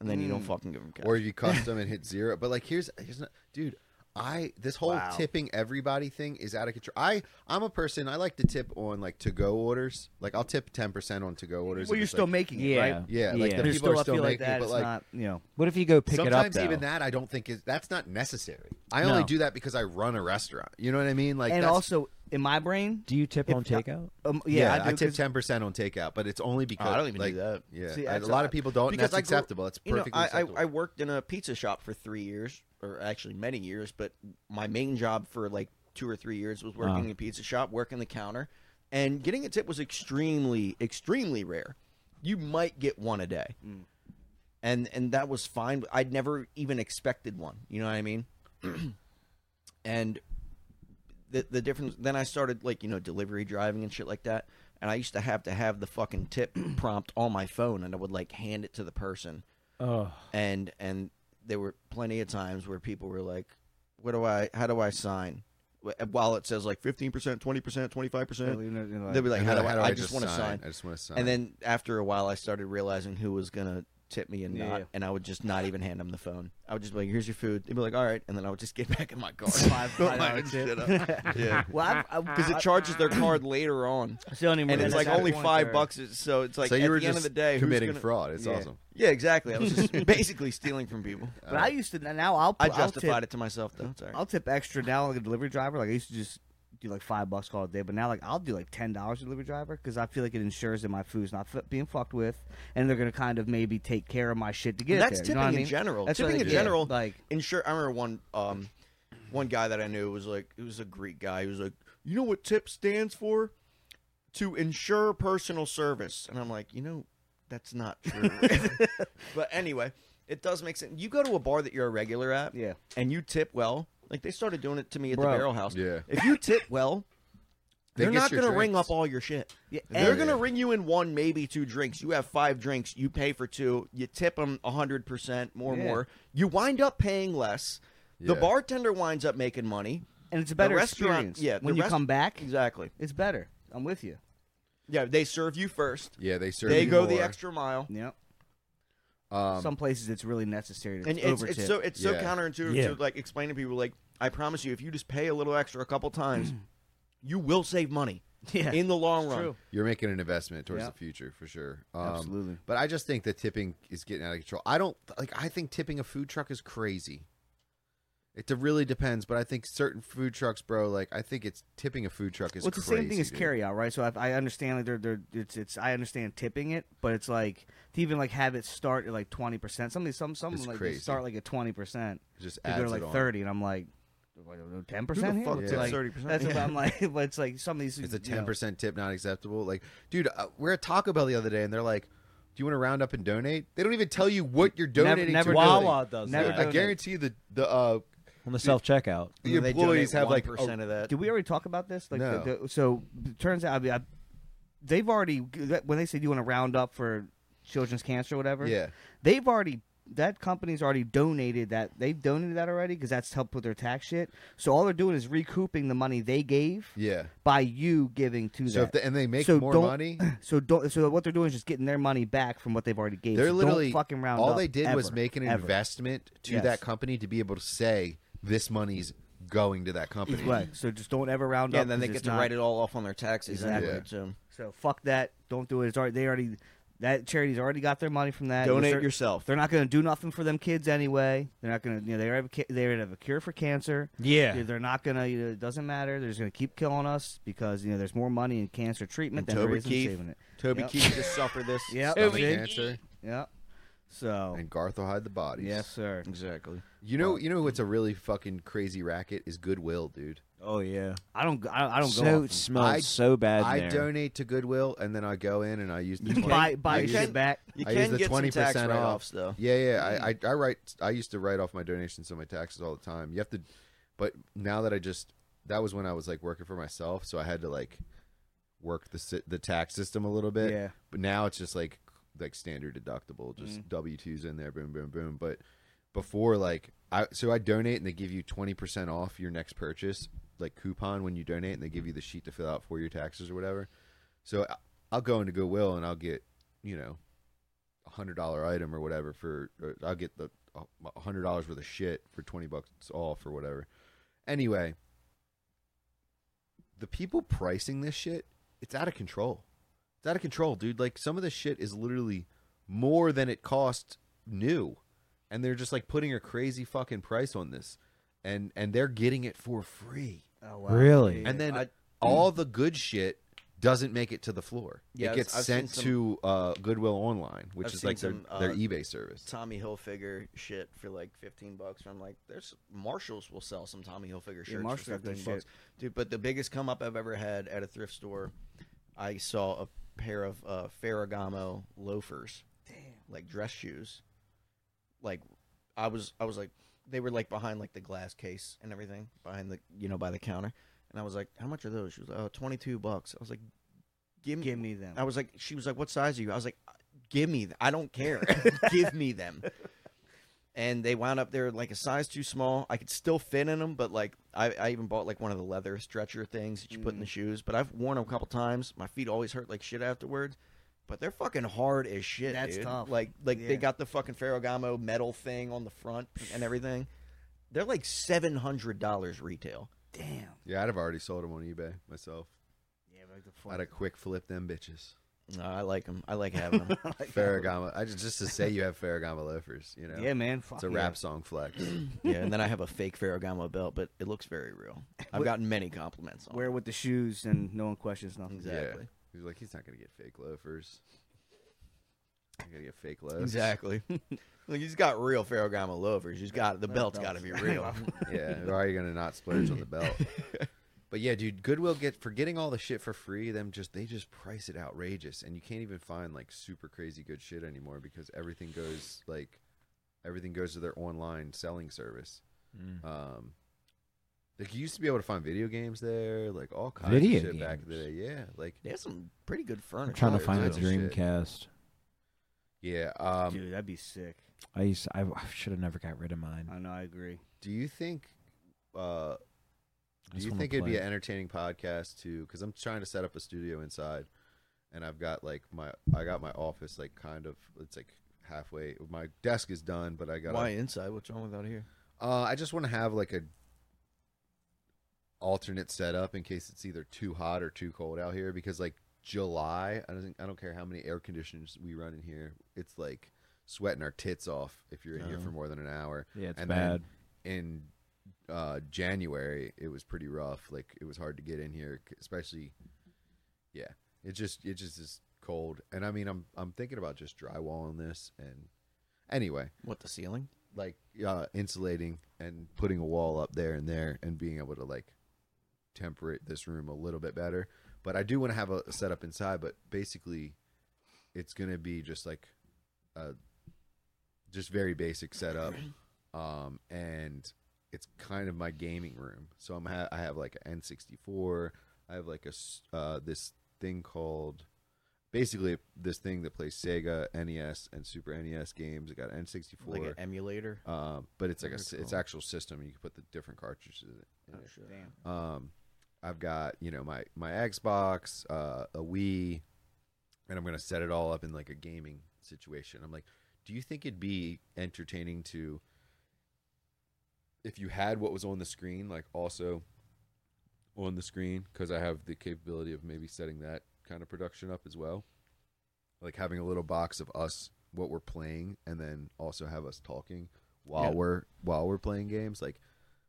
A: and then you don't
B: Mm.
A: fucking give them cash.
E: *laughs* or you custom and hit zero. But like, here's here's not, dude. I this whole
B: Wow.
E: tipping everybody thing is out of control. I I'm a person I like to tip on like to go orders. Like I'll tip ten percent on to go orders.
B: well,
E: if
B: you're
E: it's,
B: still
E: like,
B: making it,
C: Yeah.
B: right?
E: yeah, like
C: Yeah.
E: the
B: There's
E: people
B: still
E: are
B: I
E: still
B: feel
E: making
B: like
E: it,
B: that.
E: but
B: It's
E: like
B: not you know.
C: What if you go pick
E: sometimes
C: it up? though?
E: even that I don't think is that's not necessary. I only
C: No.
E: do that because I run a restaurant. You know what I mean? Like
B: and
E: that's,
B: also in my brain,
C: Do you tip
B: If
C: on
B: not-
C: takeout?
B: um,
E: yeah,
B: yeah,
E: I,
B: do,
E: tip
B: 'cause-
E: ten percent on takeout, but it's only because
A: Oh, I don't even do
E: like,
A: that.
E: Yeah,
A: See,
E: I-
A: that's-
E: a lot of people don't. And
A: because
E: that's
A: I grew-
E: acceptable. That's
A: *laughs* you know,
E: perfectly
A: I, I,
E: acceptable.
A: I worked in a pizza shop for three years, or actually many years, but my main job for like two or three years was working
C: Wow.
A: in a pizza shop, working the counter, and getting a tip was extremely, extremely rare. You might get one a day,
E: Mm.
A: and and that was fine. I'd never even expected one. You know what I mean? *clears throat* and the the difference. Then I started like you know delivery driving and shit like that. And I used to have to have the fucking tip *clears throat* prompt on my phone, and I would like hand it to the person,
C: Oh,
A: and and there were plenty of times where people were like, "What do I? How do I sign?" Wh- While it says like fifteen percent, twenty percent, twenty five percent,
B: you know, you're like-
A: they'll be like,
E: And
A: "How do
E: they're
A: I?
E: like,
A: I just want to
E: I
A: sign."
E: just want to sign.
A: And then after a while, I started realizing who was gonna tip me and not,
B: Yeah.
A: and I would just not even hand them the phone. I would just be like, "Here's your food." They'd be like, "All right," and then I would just get *laughs* back in my car.
B: Five-
A: Put
B: five
A: my
B: dollar
A: own
B: tip.
A: shit up. yeah,
B: well, because
A: because it charges their card later on, and it's like only five bucks. is- So it's like
E: so
A: at
E: you were
A: the end
E: just
A: of the day, who's
E: committing
A: gonna-
E: fraud. It's
B: Yeah.
E: awesome.
A: Yeah, exactly. I was
B: *laughs*
A: just basically stealing from people.
B: But I used to now I'll
A: I
B: put- I'll
A: justified
B: tip,
A: it to myself though. Sorry.
B: I'll tip extra now like a delivery driver. Like I used to just do like five bucks call a day, but now like I'll do like ten dollars delivery driver because I feel like it ensures that my food's not f- being fucked with, and they're gonna kind of maybe take care of my shit to get
A: And
B: it
A: that's
B: there, you
A: tipping
B: know what I
A: in
B: mean?
A: general.
B: That's what
A: tipping
B: I
A: in
B: did,
A: general,
B: like
A: insure. I remember one um, one guy that I knew was like, he was a Greek guy. He was like, you know what TIP stands for? To ensure personal service. And I'm like, you know, that's not
B: *laughs*
A: true. but anyway, it does make sense. You go to a bar that you're a regular at,
B: Yeah.
A: and you tip well. Like they started doing it to me at
B: Bro.
A: the Barrel House.
E: Yeah.
A: If you tip well,
E: They
A: they are
E: get
A: not
E: your
A: going to ring
E: drinks.
A: up all your shit.
B: Yeah,
A: They're
E: and-
A: going to ring you in one, maybe two drinks. You have five drinks. You pay for two. You tip them 100% more,
B: Yeah.
A: more. You wind up paying less. The
E: Yeah.
A: bartender winds up making money.
B: and it's a better
A: the restaurant,
B: experience.
A: Yeah, the
B: when you
A: rest-
B: come back,
A: Exactly.
B: it's better. I'm with you.
A: Yeah, they serve you first.
E: Yeah, they serve.
A: They
E: you
A: go the
E: more.
A: extra mile.
B: Yeah,
E: Um,
B: some places it's really necessary to
A: And it's,
B: over
A: it's
B: tip.
A: so it's so
E: Yeah.
A: counterintuitive
C: Yeah.
A: to like explain to people like I promise you if you just pay a little extra a couple
E: *clears throat*
A: times, you will save money
B: *laughs* yeah,
A: in the long
B: it's
A: run.
B: true.
E: You're making an investment towards
B: Yeah.
E: the future for sure. Um,
B: Absolutely.
E: But I just think that tipping is getting out of control. I don't like. I think tipping a food truck is crazy. It de- really depends, but I think certain food trucks, bro. Like I think it's tipping a food truck is.
B: well, it's the
E: crazy,
B: same thing as
E: dude.
B: carryout, right? So I, I understand like they're they're it's it's I understand tipping it, but it's like to even like have it start at like twenty percent. Some some some
E: It's
B: like they
E: crazy.
B: start like at twenty percent.
E: It Just
B: They go
E: adds
B: to
E: it
B: like
E: on.
B: thirty, and I'm like, ten
A: Who the
B: percent
A: fuck
B: here. It's
E: tips
B: like,
A: 30%?
B: that's what
A: Yeah.
B: I'm like. *laughs* But it's like some of these.
E: It's a
B: you know,
E: ten percent tip, not acceptable. Like, dude, uh, we're at Taco Bell the other day, and they're like, "Do you want to round up and donate?" They don't even tell you what you're donating
B: never
E: to.
B: do it.
E: really.
C: Wawa does
B: Never
C: that
E: I
B: donate.
E: guarantee the the uh,
C: on the self checkout.
E: the
A: They
E: employees
A: donate
E: have like
A: 1%
E: a-
A: of that.
B: Did we already talk about this? Like,
E: No.
B: the, the, so it turns out I mean, I, they've already when they said you want to round up for children's cancer or whatever.
E: yeah.
B: they've already that company's already donated that they've donated that already because that's helped with their tax shit. So all they're doing is recouping the money they gave
E: Yeah.
B: by you giving to
E: So
B: them.
E: if they, and they make
B: So
E: more
B: don't- *clears throat*
E: money,
B: So don't. So what they're doing is just getting their money back from what they've already gave.
E: they're
B: So
E: literally
B: don't fucking round
E: all
B: up
E: they did was
B: ever,
E: make an
B: ever.
E: investment to
B: Yes.
E: that company to be able to say this money's going to that company.
B: Right. So just don't ever round
A: Yeah,
B: up.
A: and then they
B: 'cause
A: get
B: it's
A: to
B: not-
A: write it all off on their taxes
B: Exactly.
A: anyway.
E: Yeah.
A: So
B: So fuck that. Don't do it. It's already they already that charity's already got their money from that.
A: donate
B: They're-
A: yourself.
B: They're not going to do nothing for them kids anyway. They're not going to. You know, they already have a ca- they already have a cure for cancer.
C: Yeah.
B: They're not going to. You know, it doesn't matter. They're just going to keep killing us because you know there's more money in cancer treatment
A: And
B: than there
A: Toby
B: is in
A: Keith.
B: saving it.
A: Toby
B: Yep.
A: Keith just suffer
E: *laughs*
A: this.
B: Yep.
E: Stomach
B: see?
E: cancer,
B: Yep. So
E: and Garth will hide the bodies.
B: yes, sir.
A: Exactly.
E: You know, you know what's a really fucking crazy racket is Goodwill, dude.
C: Oh yeah.
B: I don't. I, I don't
C: so
B: go.
C: it
B: often.
C: smells
E: I-
C: so bad. in
E: I
C: there.
E: donate to Goodwill, and then I go in and I use the
B: You
E: 20,
B: buy buy
E: I
B: your
E: use-
B: shit back.
A: You
E: I use
A: can
E: the
A: get some tax
E: 20% off.
A: write-offs though. Mm.
E: Yeah, yeah. I, I, I write. I used to write off my donations on my taxes all the time. You have to, but now that I just that was when I was like working for myself, so I had to like work the si- the tax system a little bit.
B: Yeah.
E: But now it's just like like standard deductible, just
A: Mm.
E: W twos in there, boom, boom, boom. But before like I so I donate and they give you twenty percent off your next purchase, like coupon when you donate, and they give you the sheet to fill out for your taxes or whatever. So I- I'll go into Goodwill and I'll get you know a hundred dollar item or whatever for or I'll get the uh, a hundred dollars worth of shit for twenty bucks off or whatever. Anyway, the people pricing this shit, it's out of control. It's out of control, dude. Like some of this shit is literally more than it cost new, and they're just like putting a crazy fucking price on this, and and they're getting it for free.
B: Oh, wow.
C: Really?
E: And then
A: I-
E: all the good shit doesn't make it to the floor.
A: Yeah,
E: it gets
A: I've seen
E: sent
A: some-
E: to uh, Goodwill Online, which
A: I've
E: is
A: seen
E: like their,
A: some, uh,
E: their eBay service.
A: Tommy Hilfiger shit for like fifteen bucks. I'm like, there's Marshalls will sell some Tommy Hilfiger shirts
B: Marshalls
A: for
B: got good
A: fifteen bucks,
B: shit.
A: dude. But the biggest come up I've ever had at a thrift store, I saw a pair of uh, Ferragamo loafers, like dress shoes. Like, I was I was like, they were like behind like the glass case and everything behind the you know by the counter, and I was like, how much are those? She was like, oh, 22 bucks. I was like, give me
B: Give me them.
A: I was like, she was like, what size are you? I was like, give me, th- I don't care. *laughs* give me
B: *laughs*
A: them. And they wound up there like a size too small. I could still fit in them, but like I, I even bought like one of the leather stretcher things that you put in the
B: Mm.
A: shoes. But I've worn them a couple times. My feet always hurt like shit afterwards. But they're fucking hard as shit.
B: That's
A: dude.
B: tough.
A: Like like
B: Yeah.
A: they got the fucking Ferragamo metal thing on the front and everything. They're like seven hundred dollars retail.
B: Damn.
E: Yeah, I'd have already sold them on eBay myself.
B: Yeah, but like the
E: I'd have quick flip them bitches.
A: No, I like them. I like having
B: *laughs*
A: them.
E: Ferragamo. I just, just to say you have Ferragamo loafers, you know.
B: Yeah, man. Fuck
E: It's a
B: yeah.
E: rap song flex.
A: *clears throat* Yeah, and then I have a fake Ferragamo belt, but it looks very real. I've gotten many compliments on it.
B: Wear with the shoes and no one questions nothing.
A: Exactly.
E: Yeah. He's like, he's not gonna get fake loafers. I'm gonna get fake loafers.
A: Exactly. *laughs* Look, he's got real Ferragamo loafers. He's got the belt's got to be real.
E: Yeah. Or are you gonna not splurge on the belt? But yeah, dude, Goodwill get for getting all the shit for free. Them just they just price it outrageous, and you can't even find like super crazy good shit anymore because everything goes like everything goes to their online selling service.
C: Mm. Mm-hmm.
E: Um, like you used to be able to find video games there, like all kinds
C: Video
E: of shit back in the
C: games?
E: day. Yeah, like
A: They have some pretty good furniture.
C: I'm trying to
E: Yeah,
C: find a
E: it's all shit.
C: Dreamcast.
E: yeah. Um,
B: Dude, that'd be sick.
C: I used I should have never got rid of mine.
B: I know. I agree.
E: do you think uh
C: I
E: do
C: just
E: you
C: wanna
E: think it'd be
C: play.
E: an entertaining podcast to because i'm trying to set up a studio inside and i've got like my i got my office like kind of it's like halfway my desk is done but i got
A: Why inside? What's wrong with out here?
E: uh i just want to have like a alternate setup in case it's either too hot or too cold out here because like july i don't think i don't care how many air conditioners we run in here it's like sweating our tits off if you're in here
A: Oh.
E: for more than an hour
C: Yeah, it's
E: and then-
C: bad.
E: in uh, January, it was pretty rough. Like it was hard to get in here, c- especially. Yeah, it just it just is cold, and I mean, I'm I'm thinking about just drywalling this, and anyway,
A: What the ceiling?
E: like uh, insulating and putting a wall up there and there and being able to like temperate this room a little bit better. But I do want to have a setup inside. But basically, it's gonna be just like a just very basic setup, um, and it's kind of my gaming room. So I'm ha- I have like an N64. I have like a s- uh, this thing called basically this thing that plays Sega, NES, and Super NES games. I got an N64.
A: like an emulator.
E: Um, but it's like a
A: Very
E: s it's
A: cool.
E: actual system. You can put the different cartridges in it.
B: Damn.
E: Um, I've got you know my my Xbox, uh, a Wii, and I'm gonna set it all up in like a gaming situation. I'm like, do you think it'd be entertaining to if you had what was on the screen, like also on the screen, because I have the capability of maybe setting that kind of production up as well, like having a little box of us what we're playing, and then also have us talking while
A: Yeah.
E: we're while we're playing games, like.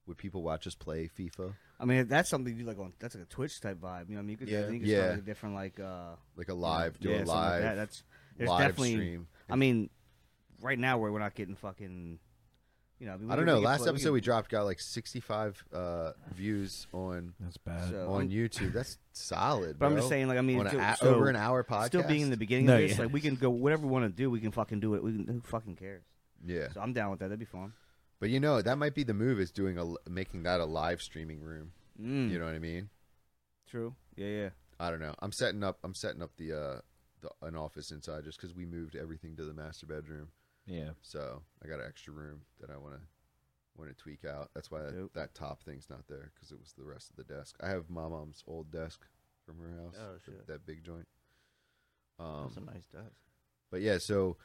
E: Would people watch us play FIFA?
B: I mean, if that's something you do like on that's like a Twitch type vibe. You know, I mean, you could I
E: Yeah.
B: think you could
E: Yeah.
B: start like a different like uh
E: like a live, do
B: yeah,
E: a
B: something like
E: live,
B: that. That's there's
E: live
B: definitely.
E: stream.
B: I mean, right now where we're not getting fucking. You know, I, mean, we
E: I don't
B: could-
E: know.
B: could
E: Last
B: play-
E: episode we
B: could-
E: dropped got like 65 uh, views on
H: That's bad.
B: so,
E: on
B: I'm-
E: YouTube. That's solid.
B: But I'm
E: bro.
B: just saying, like, I mean,
E: on an
B: so-
E: a-
B: so-
E: over an hour podcast,
B: Still being in the beginning
H: No,
B: of this,
H: yeah.
B: like we can go whatever we want to do. We can fucking do it. We can, who fucking cares?
E: yeah.
B: So I'm down with that. That'd be fun.
E: But you know, that might be the move is doing a l- making that a live streaming room.
B: Mm,
E: You know what I mean?
B: True. Yeah, yeah.
E: I don't know. I'm setting up. I'm setting up the uh, the an office inside just because we moved everything to the master bedroom.
C: Yeah.
E: So I got an extra room that I want to want to tweak out. That's why that,
B: Dope.
E: that top thing's not there because it was the rest of the desk. I have my mom's old desk from her house.
A: Oh,
E: th-
A: shit.
E: That big joint. Um,
A: That's a nice desk.
E: but yeah, so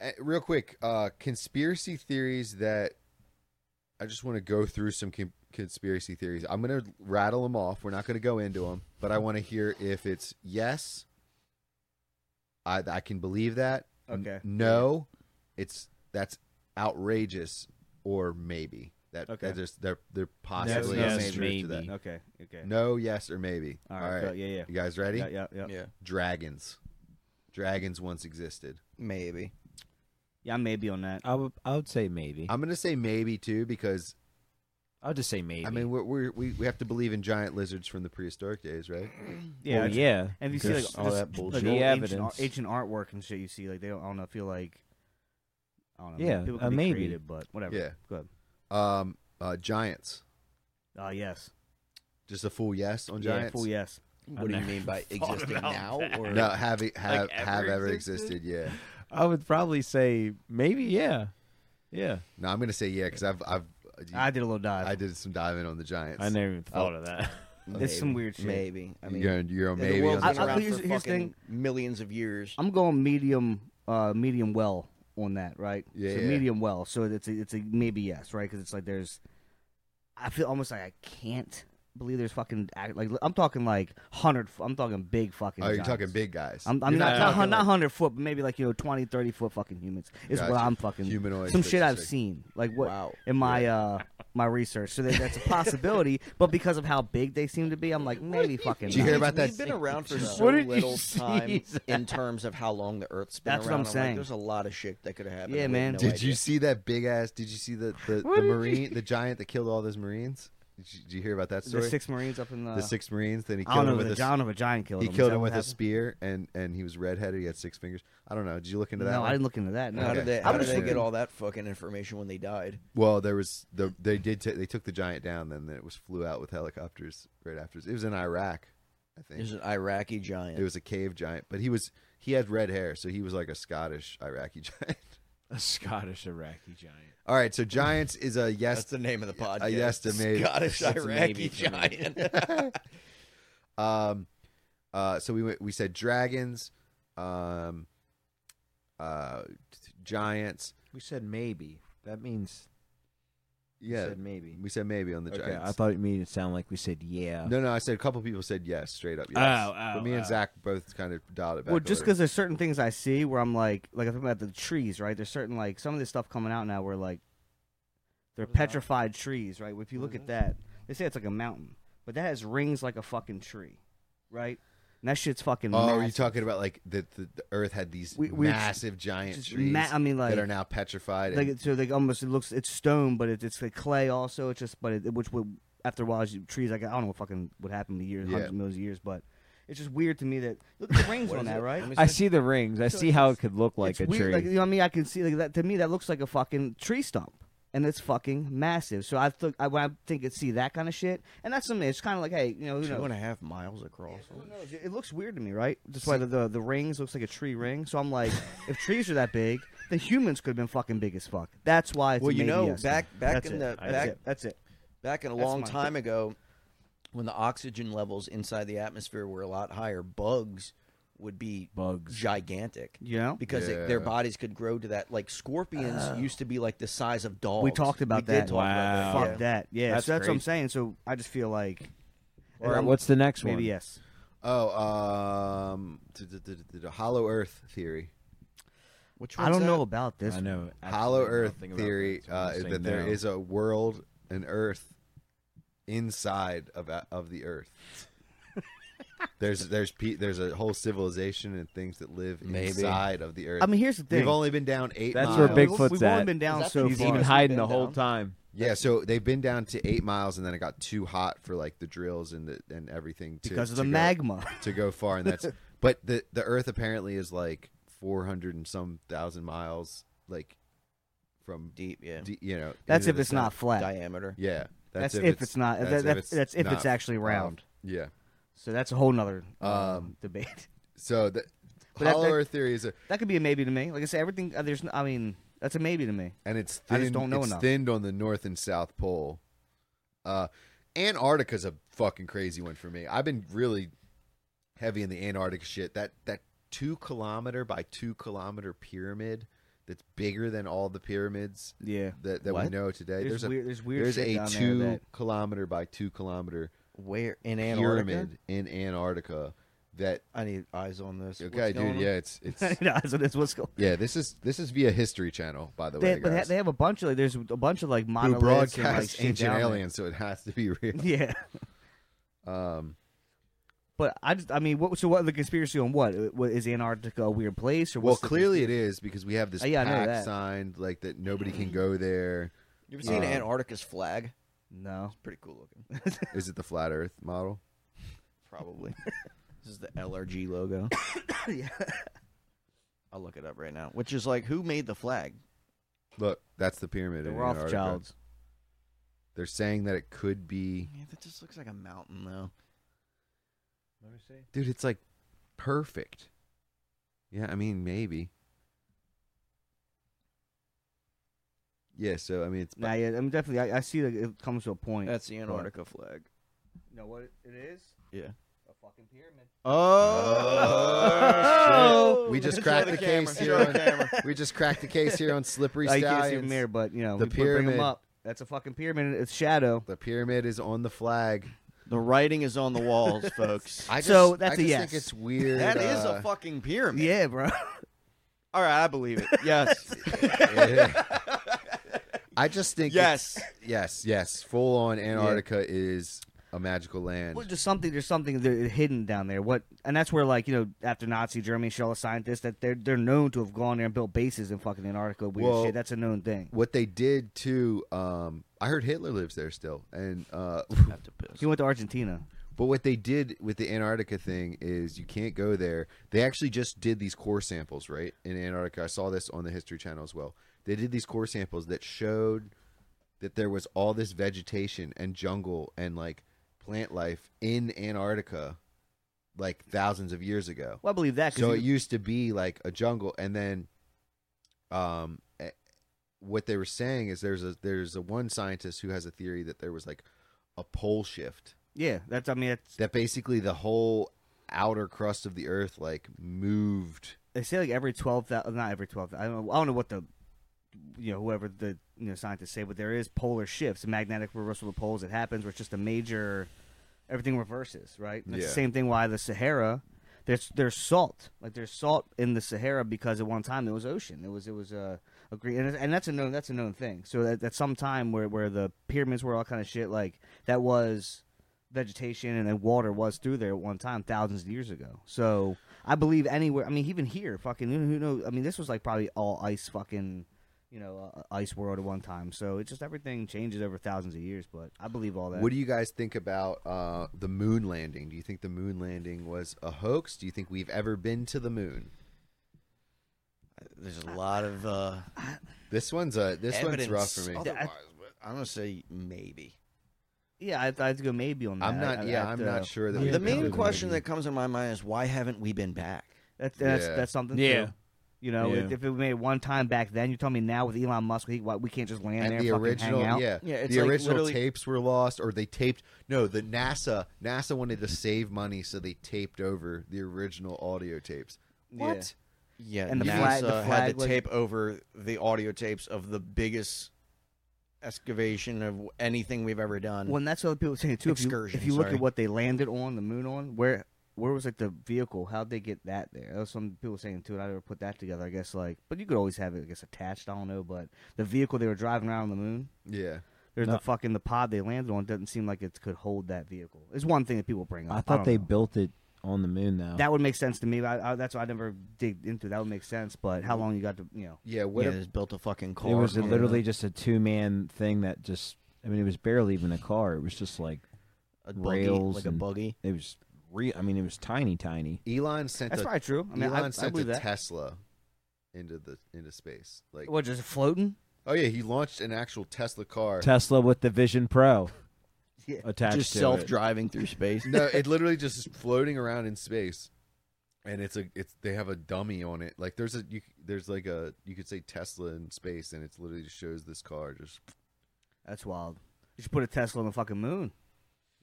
E: eh, real quick, uh, conspiracy theories that I just want to go through some con- conspiracy theories. I'm gonna rattle them off. We're not gonna go into them, but I want to hear if it's yes, I I can believe that. N-
B: Okay.
E: No, it's that's outrageous, or maybe that
B: Okay.
E: that there's they're they're possibly
B: no,
E: some
B: maybe.
E: truth to that.
C: Maybe.
B: Okay. Okay.
E: No, yes, or maybe.
B: All right. cool. Yeah, yeah.
E: You guys ready?
B: Yeah, yeah, yeah.
A: Yeah,
E: Dragons. Dragons once existed.
A: maybe.
B: Yeah, I may be on that.
C: I would I would say maybe.
E: I'm gonna say maybe too because
C: I'll just say maybe.
E: I mean we're, we're, we we have to believe in giant lizards from the prehistoric days, right?
B: Yeah,
C: Well,
B: it's-
C: yeah.
B: And if you see like
C: There's
A: all
B: this-
A: that bullshit.
B: like, old
C: The
B: ancient, ar-
C: evidence.
B: ancient artwork and shit, you see like they don't. I don't know. Feel like I don't know.
C: Yeah,
B: people
C: uh,
B: can be
C: maybe.
B: creative, but whatever.
E: Yeah.
B: Good.
E: Um, uh, giants.
B: Ah, yes.
E: Just a full yes on
B: Yeah,
E: giants.
B: full yes.
A: What do you mean by existing now? Or
E: No, have it- have
C: ever
E: have ever
C: existed?
E: existed? Yeah.
C: I would probably say maybe. Yeah. Yeah.
E: No, I'm gonna say yeah because I've I've
B: I did a little dive.
E: I did some diving on the giants.
C: I never even thought of that. *laughs*
B: It's some weird shit.
A: Maybe. I mean,
E: you're, you're Oh, a
A: the
E: maybe.
A: world's
E: on
A: been
E: the
B: I- I-
A: around
E: giants.
B: here's-
A: for
B: here's the
A: fucking millions of years.
B: I'm going medium, uh, medium well on that, right?
E: Yeah,
B: So
E: yeah.
B: medium well. So it's a, it's a maybe yes, right? Because it's like there's, I feel almost like I can't believe there's fucking act- like I'm talking like hundred. I'm talking big fucking.
E: oh, you're
B: giants.
E: talking big guys.
B: I'm, I'm
E: You're
B: not, not,
E: talking
B: not
E: like
B: 100 foot, but maybe like, you know, 20, 30 foot fucking humans is
E: Gotcha.
B: what I'm fucking.
E: Humanoid
B: Some
E: type
B: shit
E: of
B: I've
E: thing.
B: seen. Like what
A: Wow.
B: in my uh my research. So that, that's a
E: *laughs*
B: possibility, but because of how big they seem to be, I'm like, maybe fucking.
E: Did you hear
B: not.
E: about that
A: We've been around for so
C: What did you
A: little
B: *laughs*
C: see?
A: time in terms of how long the Earth's been
B: That's what
A: around.
B: I'm saying.
A: Like, There's a lot of shit that could have happened.
B: Yeah,
A: We have
B: man.
A: no
E: Did
A: idea.
E: you see that big ass? Did you see the the, the marine, the giant that killed all those marines? Did you, did you hear about that story?
B: The six Marines up in the.
E: The six marines. Then he
B: Uh, I don't
E: killed
B: know,
E: him with
B: the
E: a s-
B: John of a Giant killed
E: he
B: him. Is
E: killed
B: that
E: him
B: what
E: with a
B: happened?
E: spear, and and he was redheaded. He had six fingers. I don't know. Did you look into that?
B: No,
E: one?
B: I didn't look into that. No.
A: How
E: Okay.
A: did they,
E: I'm
A: how did
E: just
A: they
E: looking-
A: get all that fucking information when they died?
E: Well, there was the they did ta they took the giant down. Then it was flew out with helicopters right after. It was in Iraq, I think.
A: There's an Iraqi giant.
E: It was a cave giant, but he was he had red hair, so he was like a Scottish Iraqi *laughs* giant.
C: A Scottish Iraqi giant.
E: All right, so giants is a yes.
A: That's
E: *laughs*
A: the name of the podcast.
E: a yes to maybe.
A: Scottish
C: That's a
A: Iraqi
C: maybe for me.
A: giant.
E: um, uh, so we went. We said dragons, um, uh, t- giants.
C: We said maybe. That means
E: Yeah,
C: we said maybe.
E: we said maybe on the
C: Okay,
E: giants.
C: I thought uh, it made it sound like we said yeah.
E: No, no, I said a couple people said yes, straight up yes.
C: Oh, oh,
E: but me and
C: oh.
E: Zach both kind of dialed it back.
B: Well, just
E: a
B: because
E: little.
B: there's certain things I see where I'm like, like I'm talking about the trees, right? There's certain like some of this stuff coming out now where like they're petrified trees, right? If you look at that, they say it's like a mountain, but that has rings like a fucking tree, right? And that shit's fucking.
E: Oh, are you
B: massive.
E: talking about like that the, the Earth had these
B: We- we-
E: massive giant
B: just
E: trees
B: ma- I mean, like-
E: that are now petrified?
B: like
E: and,
B: it- so like almost it looks it's stone but it, it's like clay also it's just but it, which would after a while it's- trees like I don't know what fucking would happen to years
E: Yeah.
B: hundreds of millions of years but it's just weird to me that look at the rings on that right
C: I see the rings. I
B: So
C: see
B: it's-
C: how it could look like
B: it's
C: a
B: weird,
C: tree.
B: like you know what I mean I can see like that to me that looks like a fucking tree stump and it's fucking massive so I think I, when I think it see that kind of shit and that's something it's kind of like hey you know *laughs* who
A: Two
B: knows?
A: and a half miles across.
B: Who knows? It looks weird to me, right? That's why the, the the rings looks like a tree ring. So I'm
C: *laughs*
B: like, if trees are that big, the humans could have been fucking big as fuck. That's why. It's
A: Well, you
B: maybe
A: know,
B: us.
A: back back
B: That's
A: in
B: it.
A: the
B: That's
A: back
B: it. that's it.
A: back in a
B: That's
A: long
B: my
A: time ago, when the oxygen levels inside the atmosphere were a lot higher, bugs would be
C: Bugs.
A: gigantic.
B: You know?
A: because it, their
E: Yeah.
A: bodies could grow to that. Like scorpions used to be like the size of dogs.
B: We talked about
A: Oh. We did
B: that.
A: talk about
B: Fuck
A: yeah.
B: that. Yeah,
C: That's
B: so that's what I'm
C: crazy.
B: saying. So I just feel like,
C: All right,
B: I'm-
C: what's the next one?
B: maybe yes.
E: oh, um, t- t- t- t- t- hollow Earth theory.
A: Which
B: I don't know about this.
C: I know.
E: hollow
C: absolutely
E: Earth
C: nothing about
E: theory
C: that, so I'm
E: uh,
C: gonna
E: is
C: say
E: that there
C: no.
E: is a world, an Earth inside of a- of the Earth.
B: *laughs*
E: there's there's pe- there's a whole civilization and things that live
A: Maybe.
E: inside of the Earth.
B: I mean, here's the thing.
E: We've only been down eight.
C: That's
E: miles.
C: where
B: Uh, We've-
C: Bigfoot's
B: We've only
C: at.
B: been down
A: Is that
B: so
A: the
C: He's
B: far.
C: even
A: Bigfoot's been
C: hiding the whole
A: down?
C: time.
E: Yeah, so they've been down to eight miles, and then it got too hot for like the drills and the, and everything to,
B: because of
E: to
B: the
E: go-
B: magma.
E: to go far,
B: *laughs*
E: and that's. but the the Earth apparently is like four hundred and some thousand miles, like from
A: deep, yeah,
E: d- you know.
B: That's
E: into
B: if
E: the
B: it's not
E: sun.
B: flat.
A: diameter.
E: Yeah,
B: That's if it's not- that- that- that's if it's actually round.
E: Yeah.
B: So that's a whole nother um,
E: Um,
B: debate. *laughs*
E: So the
B: But that-
E: hollow
B: that-
E: Earth theory is, a,
B: That could be a maybe to me. Like I said, everything uh, there's. n- I mean, that's a maybe to me.
E: and it's
B: I
E: thinned,
B: just don't know
E: it's
B: enough.
E: thinned on the north and south pole. Uh, Antarctica's a fucking crazy one for me. I've been really heavy in the Antarctic shit. That that two kilometer by two kilometer pyramid that's bigger than all the pyramids
B: Yeah.
E: that, that we
A: What?
E: know today.
B: There's
E: There's,
B: weird-
E: a
B: there's weird
E: there's
B: shit
E: a
B: down there
E: two
B: that- *laughs*
E: kilometer by two kilometer
A: Where in Antarctica?
E: pyramid in Antarctica that
A: I need eyes on this. What's
E: okay,
A: going
E: dude,
A: on?
E: yeah,
B: *laughs*
E: it's it's
B: no, so that's what's
E: *laughs*
B: going.
E: Yeah, this is this is via History Channel, by the
B: They,
E: way.
B: but they-
E: guys,
B: they have a bunch of like. There's a bunch of like
E: who
B: monoliths and like
E: broadcasts
B: shit
E: ancient
B: down there.
E: aliens, so it has to be real.
B: *laughs* Yeah.
E: Um,
B: But I just, I mean, what? So what? The conspiracy on what? Uh, what is Antarctica a weird place or
E: well,
B: what's the
E: clearly it is because we have this
B: Oh, yeah, I know that.
E: pact signed, like that nobody can
B: *clears throat*
E: go there.
A: You ever seen
E: Uh,
A: Antarctica's flag?
B: cons- no.
A: Pretty cool looking. *laughs*
E: Is it the flat Earth model?
A: Probably. *laughs* this is the LRG *coughs* logo.
B: Yeah.
A: I'll look it up right now. Which is like, who made the flag?
E: Look, that's the pyramid.
B: The
E: in Antarctica.
B: Rothschilds.
E: They're saying that it could be,
A: Yeah, that just looks like a mountain, though.
E: dude. It's like perfect. Yeah, I mean maybe. Yeah, so I mean it's
B: Nah, yeah, I'm definitely. I, I see that it comes to a point.
A: That's the Antarctica flag.
B: You know what it is?
A: Yeah.
B: A fucking pyramid.
A: *laughs*
E: Oh,
A: shit.
E: we just
A: Show
E: cracked
A: the
E: the
A: camera,
E: case
A: show
E: here.
A: the
E: On, we just cracked the case here
A: *laughs*
E: on slippery
B: I can't see
E: stallions.
B: from here, but you know,
E: The
B: we put- Bring
E: pyramid.
B: them up. That's a fucking pyramid. It's shadow.
E: The pyramid is on the flag.
A: The writing is on the *laughs* walls, folks.
E: I just,
B: So that's
E: I
B: a
E: just
B: yes.
E: think it's weird.
A: That is a
E: uh,
A: fucking pyramid.
B: *laughs* Yeah, bro.
A: All right, I believe it.
E: *laughs*
A: Yes.
E: I just think
A: yes.
E: it's- yes, yes. Full on Antarctica is a magical land.
B: Well, just something. There's something there, hidden down there. What? And that's where, like, you know, after Nazi Germany, shell scientists that they're they're known to have gone there and built bases in fucking Antarctica. Weird
E: Well-
B: shit. That's a known thing.
E: What they did too. Um, I heard Hitler lives there still, and uh,
B: He went to Argentina.
E: But what they did with the Antarctica thing is you can't go there. They actually just did these core samples, right? In Antarctica. I saw this on the History Channel as well. They did these core samples that showed that there was all this vegetation and jungle and like plant life in Antarctica like thousands of years ago.
B: Well, I believe that. 'cause
E: So
B: he-
E: it used to be like a jungle, and then, um, eh, what they were saying is there's a there's a one scientist who has a theory that there was like a pole shift
B: yeah, that's. I mean, that's,
E: that basically the whole outer crust of the earth like moved
B: they say like every twelve thousand, not every twelve. I don't know. I don't know what the, you know, whoever the you know scientists say, but there is polar shifts, magnetic reversal of the poles. It happens where it's just a major, everything reverses, right? And It's
E: Yeah.
B: the same thing. Why the Sahara, there's there's salt, like there's salt in the Sahara because at one time it was ocean. It was it was a a green, and, it's- and that's a known that's a known thing. So at, at some time where where the pyramids were all kind of shit, like that was vegetation and then water was through there at one time thousands of years ago. So I believe anywhere. I mean, even here, fucking who knows? I mean, this was like probably all ice, fucking, you know, uh, ice world at one time. So it's just everything changes over thousands of years. But I believe all that.
E: What do you guys think about uh, the moon landing? Do you think the moon landing was a hoax? Do you think we've ever been to the moon?
A: There's a lot of uh,
E: This one's a this
A: evidence.
E: one's rough for me.
A: Otherwise, but I'm gonna say maybe.
B: yeah, I, I have to go maybe on that.
E: I'm not.
B: I- I
E: yeah,
B: have
E: I'm
B: to-
E: not sure that
B: Yeah,
E: we've
A: the
E: been to
A: main
E: the
A: question
E: moon.
A: that comes to my mind is why haven't we been back?
B: That's that's,
E: Yeah.
B: that's something.
C: Yeah.
B: too. You know, if,
C: Yeah.
B: if it was made one time back then, you tell me now with Elon Musk, we, why, we can't just land there
E: and
B: and
E: the
B: fucking
E: original,
B: hang out.
E: yeah,
A: Yeah, it's
E: the
A: like
E: original
A: literally-
E: tapes were lost, or they taped. No, the NASA NASA wanted to save money, so they taped over the original audio tapes. What?
A: Yeah,
B: And the
A: NASA
B: flag- the
A: had
B: flag
A: to
B: was-
A: tape over the audio tapes of the biggest excavation of anything we've ever done.
B: Well, and that's what other people say too. If you,
A: Excursion,
B: if you look
A: sorry.
B: at what they landed on the moon on, where where was like the vehicle? How'd they get that there? That was some people saying too. And I never put that together. I guess like, but you could always have it, I guess, attached. I don't know, but the vehicle they were driving around on the moon.
E: Yeah,
B: There's
C: No.
B: the fucking the pod they landed on doesn't seem like it could hold that vehicle. It's one thing that people bring up.
C: I thought
B: don't
C: they
B: know.
C: built it on the moon though.
B: that would make sense to me. but I, I, that's why I never digged into. That would make sense, but how long you got to you know?
E: yeah. What?
A: yeah,
E: if-
A: they just built a fucking car.
C: it was
A: on
C: literally just a two man thing that just. I mean, it was barely even a car. It was just like
A: a buggy,
C: rails
A: like a
C: and-
A: buggy.
C: it was real. I mean, it was tiny, tiny.
E: Elon sent
B: That's
E: a,
B: probably true. I mean, I-
E: Elon
B: I
E: sent a
B: believe that.
E: Tesla into the into space. Like,
B: What just floating?
E: oh yeah, he launched an actual Tesla car.
C: Tesla with the Vision Pro
B: Yeah.
C: *laughs* attached
A: just
C: to it.
A: self-driving through space.
E: no, it literally just is floating around in space, and it's a it's they have a dummy on it. Like there's a you, there's like a you could say Tesla in space, and it's literally just shows this car just
B: That's wild. You should put a Tesla on the fucking moon.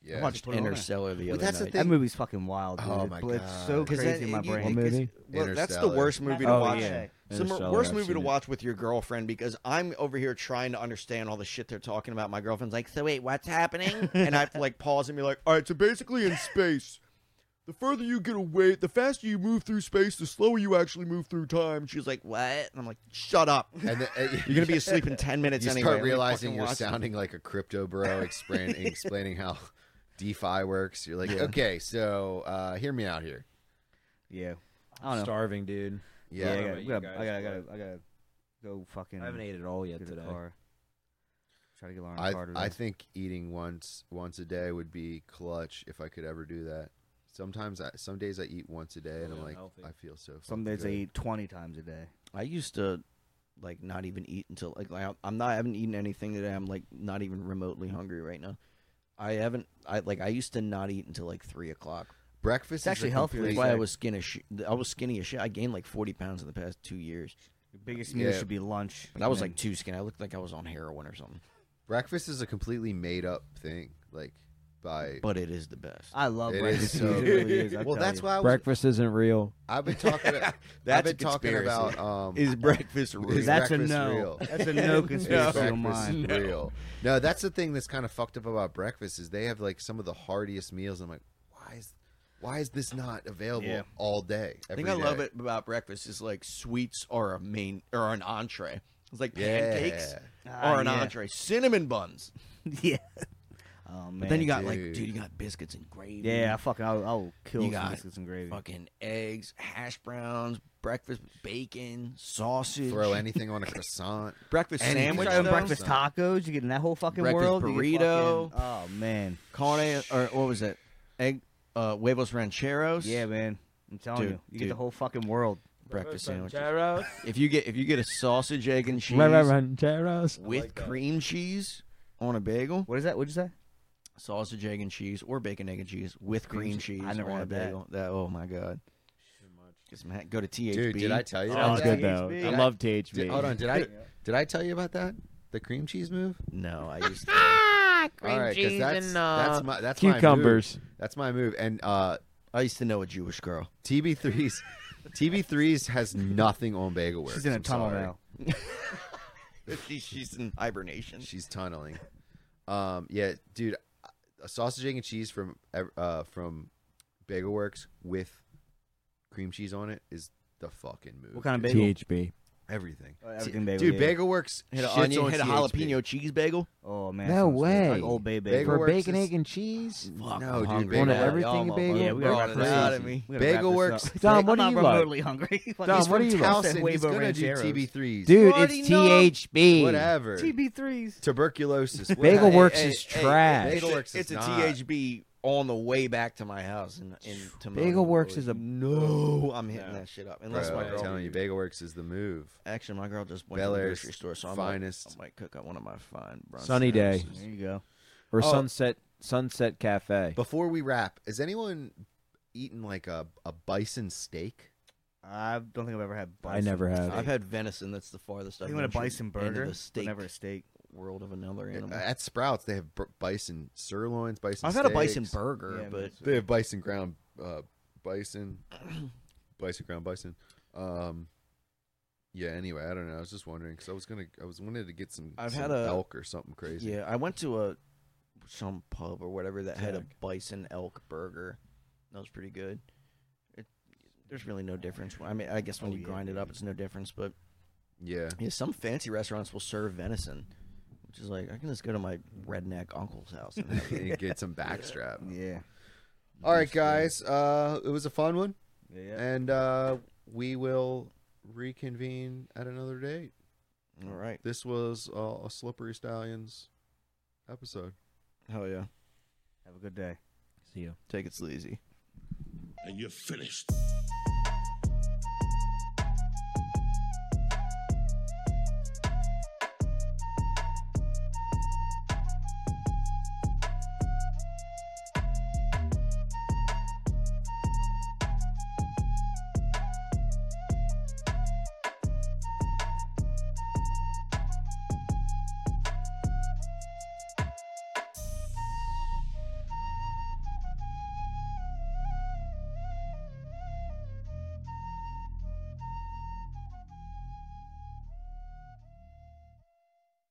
E: yeah.
B: Watch
A: Watched Interstellar the
E: Well,
A: other
E: that's the
A: night.
E: thing.
B: That movie's fucking wild. Dude.
E: Oh,
B: It-
E: my
B: It's so
E: God.
A: Because
B: crazy in my
A: you-
B: brain.
C: What
A: because-
C: movie?
A: Well, that's the
E: Interstellar.
A: worst movie to
B: Oh,
A: watch.
B: yeah.
A: It's the
C: Interstellar,
A: worst
C: I've
A: movie
C: seen
A: to
C: it.
A: watch with your girlfriend because I'm over here trying to understand all the shit they're talking about. My girlfriend's like, "So wait, what's
C: *laughs*
A: happening?" and I have to like pause and be like, "All right, so basically in space, the further you get away, the faster you move through space, the slower you actually move through time." She's like, "What?" And I'm like, "Shut up!
E: And the, uh,
A: *laughs* You're gonna be asleep in ten minutes
E: you
A: anyway."
E: start realizing
A: Fucking
E: you're
A: watch it.
E: sounding like a crypto bro explain, explaining how *laughs* DeFi works. You're like, okay, so uh, hear me out here.
B: Yeah. I don't know.
C: Starving, dude.
E: Yeah,
B: I
C: Yeah.
B: gotta,
C: about
B: we
C: you
B: gotta,
C: guys,
B: I gotta, I gotta,
C: but-
B: I gotta go fucking.
C: I haven't ate it all yet
B: get a
C: today.
B: car. Try to get Lauren
E: I,
B: Carter.
E: I
B: there.
E: think eating once once a day would be clutch if I could ever do that. Sometimes I some days I eat once a day and I'm
C: Yeah,
E: like
C: healthy.
E: I feel so.
B: Some
E: fucking
B: days I
E: good.
B: eat twenty times a day.
A: I used to like not even eat until like, like I'm not I haven't eaten anything today. I'm like not even remotely hungry right now. I haven't I like I used to not eat until like three o'clock.
E: breakfast.
B: It's actually
E: is a
B: healthier.
E: complete-
A: That's why I was skinny. As shi- I was skinny as shit. I gained like forty pounds in the past two years,
B: Your biggest meal
E: Yeah.
B: should be lunch.
A: but I was
B: and
A: like too skinny. I looked like I was on heroin or something.
E: breakfast is a completely made up thing. Like by
A: But it is the best.
B: I love
E: It
B: breakfast.
E: is
B: food,
E: so
B: it really is. I
E: *laughs* well,
B: tell
E: that's
B: you.
E: why I was,
C: Breakfast isn't real.
E: I've
B: *laughs*
E: been talking. About, I've
A: That's a
E: been talking
A: conspiracy.
E: about
A: *laughs*
E: um.
A: is breakfast
E: is
A: real?
B: That's a
E: breakfast
B: no.
E: real?
B: That's a no conspiracy on
E: breakfast *laughs*
B: mine. *laughs*
E: real. No, that's the thing that's kind of fucked up about breakfast is they have like some of the heartiest meals. I'm like, why is why is this not available
B: Yeah.
E: all day?
A: I
E: every
A: think I love
E: day?
A: it about breakfast is like sweets are a main or an entree. It's like
E: Yeah.
A: pancakes
B: Ah,
A: are an
B: yeah.
A: entree. Cinnamon buns.
B: yeah. Oh man.
A: But then you got like
E: dude.
A: dude, you got biscuits and gravy.
B: Yeah, I fucking. I'll, I'll kill
A: You
B: some
A: got
B: biscuits and gravy.
A: fucking eggs, hash browns, breakfast bacon, sausage,
E: Throw anything on a croissant.
A: breakfast
E: anything.
A: sandwich,
E: Try
B: Try
A: though?
B: breakfast tacos. You get in that whole fucking
A: Breakfast
B: world. you get
A: burrito.
B: fucking- oh man.
A: carne or what was it? Egg, uh, huevos rancheros.
B: Yeah, man. I'm telling
A: Dude,
B: you, you get the
A: dude.
B: whole fucking world.
A: breakfast sandwiches. If you get if you get a sausage, egg, and cheese
C: Rancheros.
A: with cream cheese on a bagel,
B: What is that? What'd you say?
A: sausage, egg, and cheese, or bacon, egg, and cheese with
B: Cream
A: cream
B: che-
A: cheese
B: I never
A: on a
B: had that.
A: bagel. That. oh my god. Get some ha- Go to THB.
E: Dude, did I tell you?
C: Sounds
E: about
C: Oh, good
E: that?
C: though.
B: THB.
C: I love THB.
E: Did- hold on, did I did I tell you about that? The cream cheese move?
A: no, I
B: *laughs*
A: used to.
E: All right, because that's
G: uh,
E: that's my that's
C: Cucumbers.
E: My move. That's my move. And uh,
A: I used to know a Jewish girl.
E: *laughs* TB3's TB3's has nothing on Bagel Works.
B: She's in a
E: I'm
B: tunnel
E: sorry.
B: now.
A: She- She's in hibernation.
E: She's tunneling. Um, yeah, dude, a sausage egg and cheese from ev- uh from Bagel Works with cream cheese on it is the fucking move.
B: What kind of
E: dude.
B: bagel?
C: THB.
E: Everything.
B: Oh, everything bagel,
E: Dude,
B: yeah.
E: bagel works.
A: Hit
E: shits
A: an onion,
E: on
A: hit a
E: CHP.
A: jalapeno cheese bagel.
B: Oh man,
C: No
B: sounds good.
C: way.
B: Like old bay bagel.
E: Bagel
C: For
E: Works
C: bacon,
E: is-
C: egg, and cheese?
A: Fuck,
E: No,
A: I'm
E: dude,
A: hungry.
E: bagel
C: On
E: Works-
C: everything
A: Y'all
C: bagel?
A: motherfuckers.
B: Yeah, we gotta
A: Bro,
B: wrap
A: it's
B: this
A: out
B: up.
A: of me.
B: We gotta wrap
E: Bagel
B: this
E: Works-
B: up.
C: Dom, what
B: I'm
C: do
B: not
C: you like?
B: remotely hungry. Fuck,
C: Dom,
B: he's
C: what do
B: from
C: you like?
B: Towson,
E: Towson,
B: way
E: he's
B: over
E: gonna do
B: Rancheros.
E: TB3s.
C: Dude,
B: You
C: it's
B: already know.
C: THB.
E: whatever.
B: TB3s.
E: Tuberculosis.
C: Bagel
E: whatever.
C: Works
A: Hey,
C: is
A: hey, hey,
C: trash.
E: Bagel Works
A: It's,
E: is
A: it's a
E: not.
A: THB on the way back to my house. And, and to
C: Bagel Works is a
A: no. I'm hitting that shit up unless
E: Bro,
A: my
E: I'm
A: girl.
E: telling you, Bagel Works is the move.
A: Actually, my girl just went
E: Bel
A: to the
E: Air's
A: grocery store, so I
E: finest.
A: might, I might cook up one of my fine. brunch
C: Sunny day.
A: sandwiches.
B: There you go.
C: Or
A: Oh.
C: Sunset Sunset Cafe.
E: Before we wrap, has anyone eaten like a, a bison steak?
B: I don't think I've ever had.
C: I
B: Bison.
C: never have.
A: I've had venison. That's the farthest
B: I
A: I've
B: think when a
A: ventured
B: bison
A: into
B: burger,
A: the
B: but
A: steak
B: never a steak.
A: world of another animal.
E: At Sprouts, they have b- bison sirloins, bison.
A: I've had a bison
E: steaks.
A: burger,
B: Yeah,
A: but
E: They have bison ground uh, bison, *coughs* bison ground bison. Um, yeah. Anyway, I don't know. I was just wondering because I was gonna, I was wanted to get some,
A: I've
E: some
A: had a-
E: elk or something crazy.
A: yeah, I went to a some pub or whatever that had a bison elk burger. That was pretty good. It, there's really no difference. I mean, I guess when
B: Oh,
A: you
B: yeah,
A: grind it up, it's no difference. But
E: Yeah.
A: yeah, some fancy restaurants will serve venison, which is like I can just go to my redneck uncle's house.
B: *laughs*
A: And have it. *laughs*
E: and get some backstrap.
B: Yeah.
E: All right, guys. Uh, it was a fun one,
B: Yeah.
E: and uh, we will reconvene at another date.
A: All right,
E: This was uh, a Slippery Stallions episode.
A: hell yeah,
B: Have a good day.
C: See you.
A: take it sleazy.
D: and you're finished.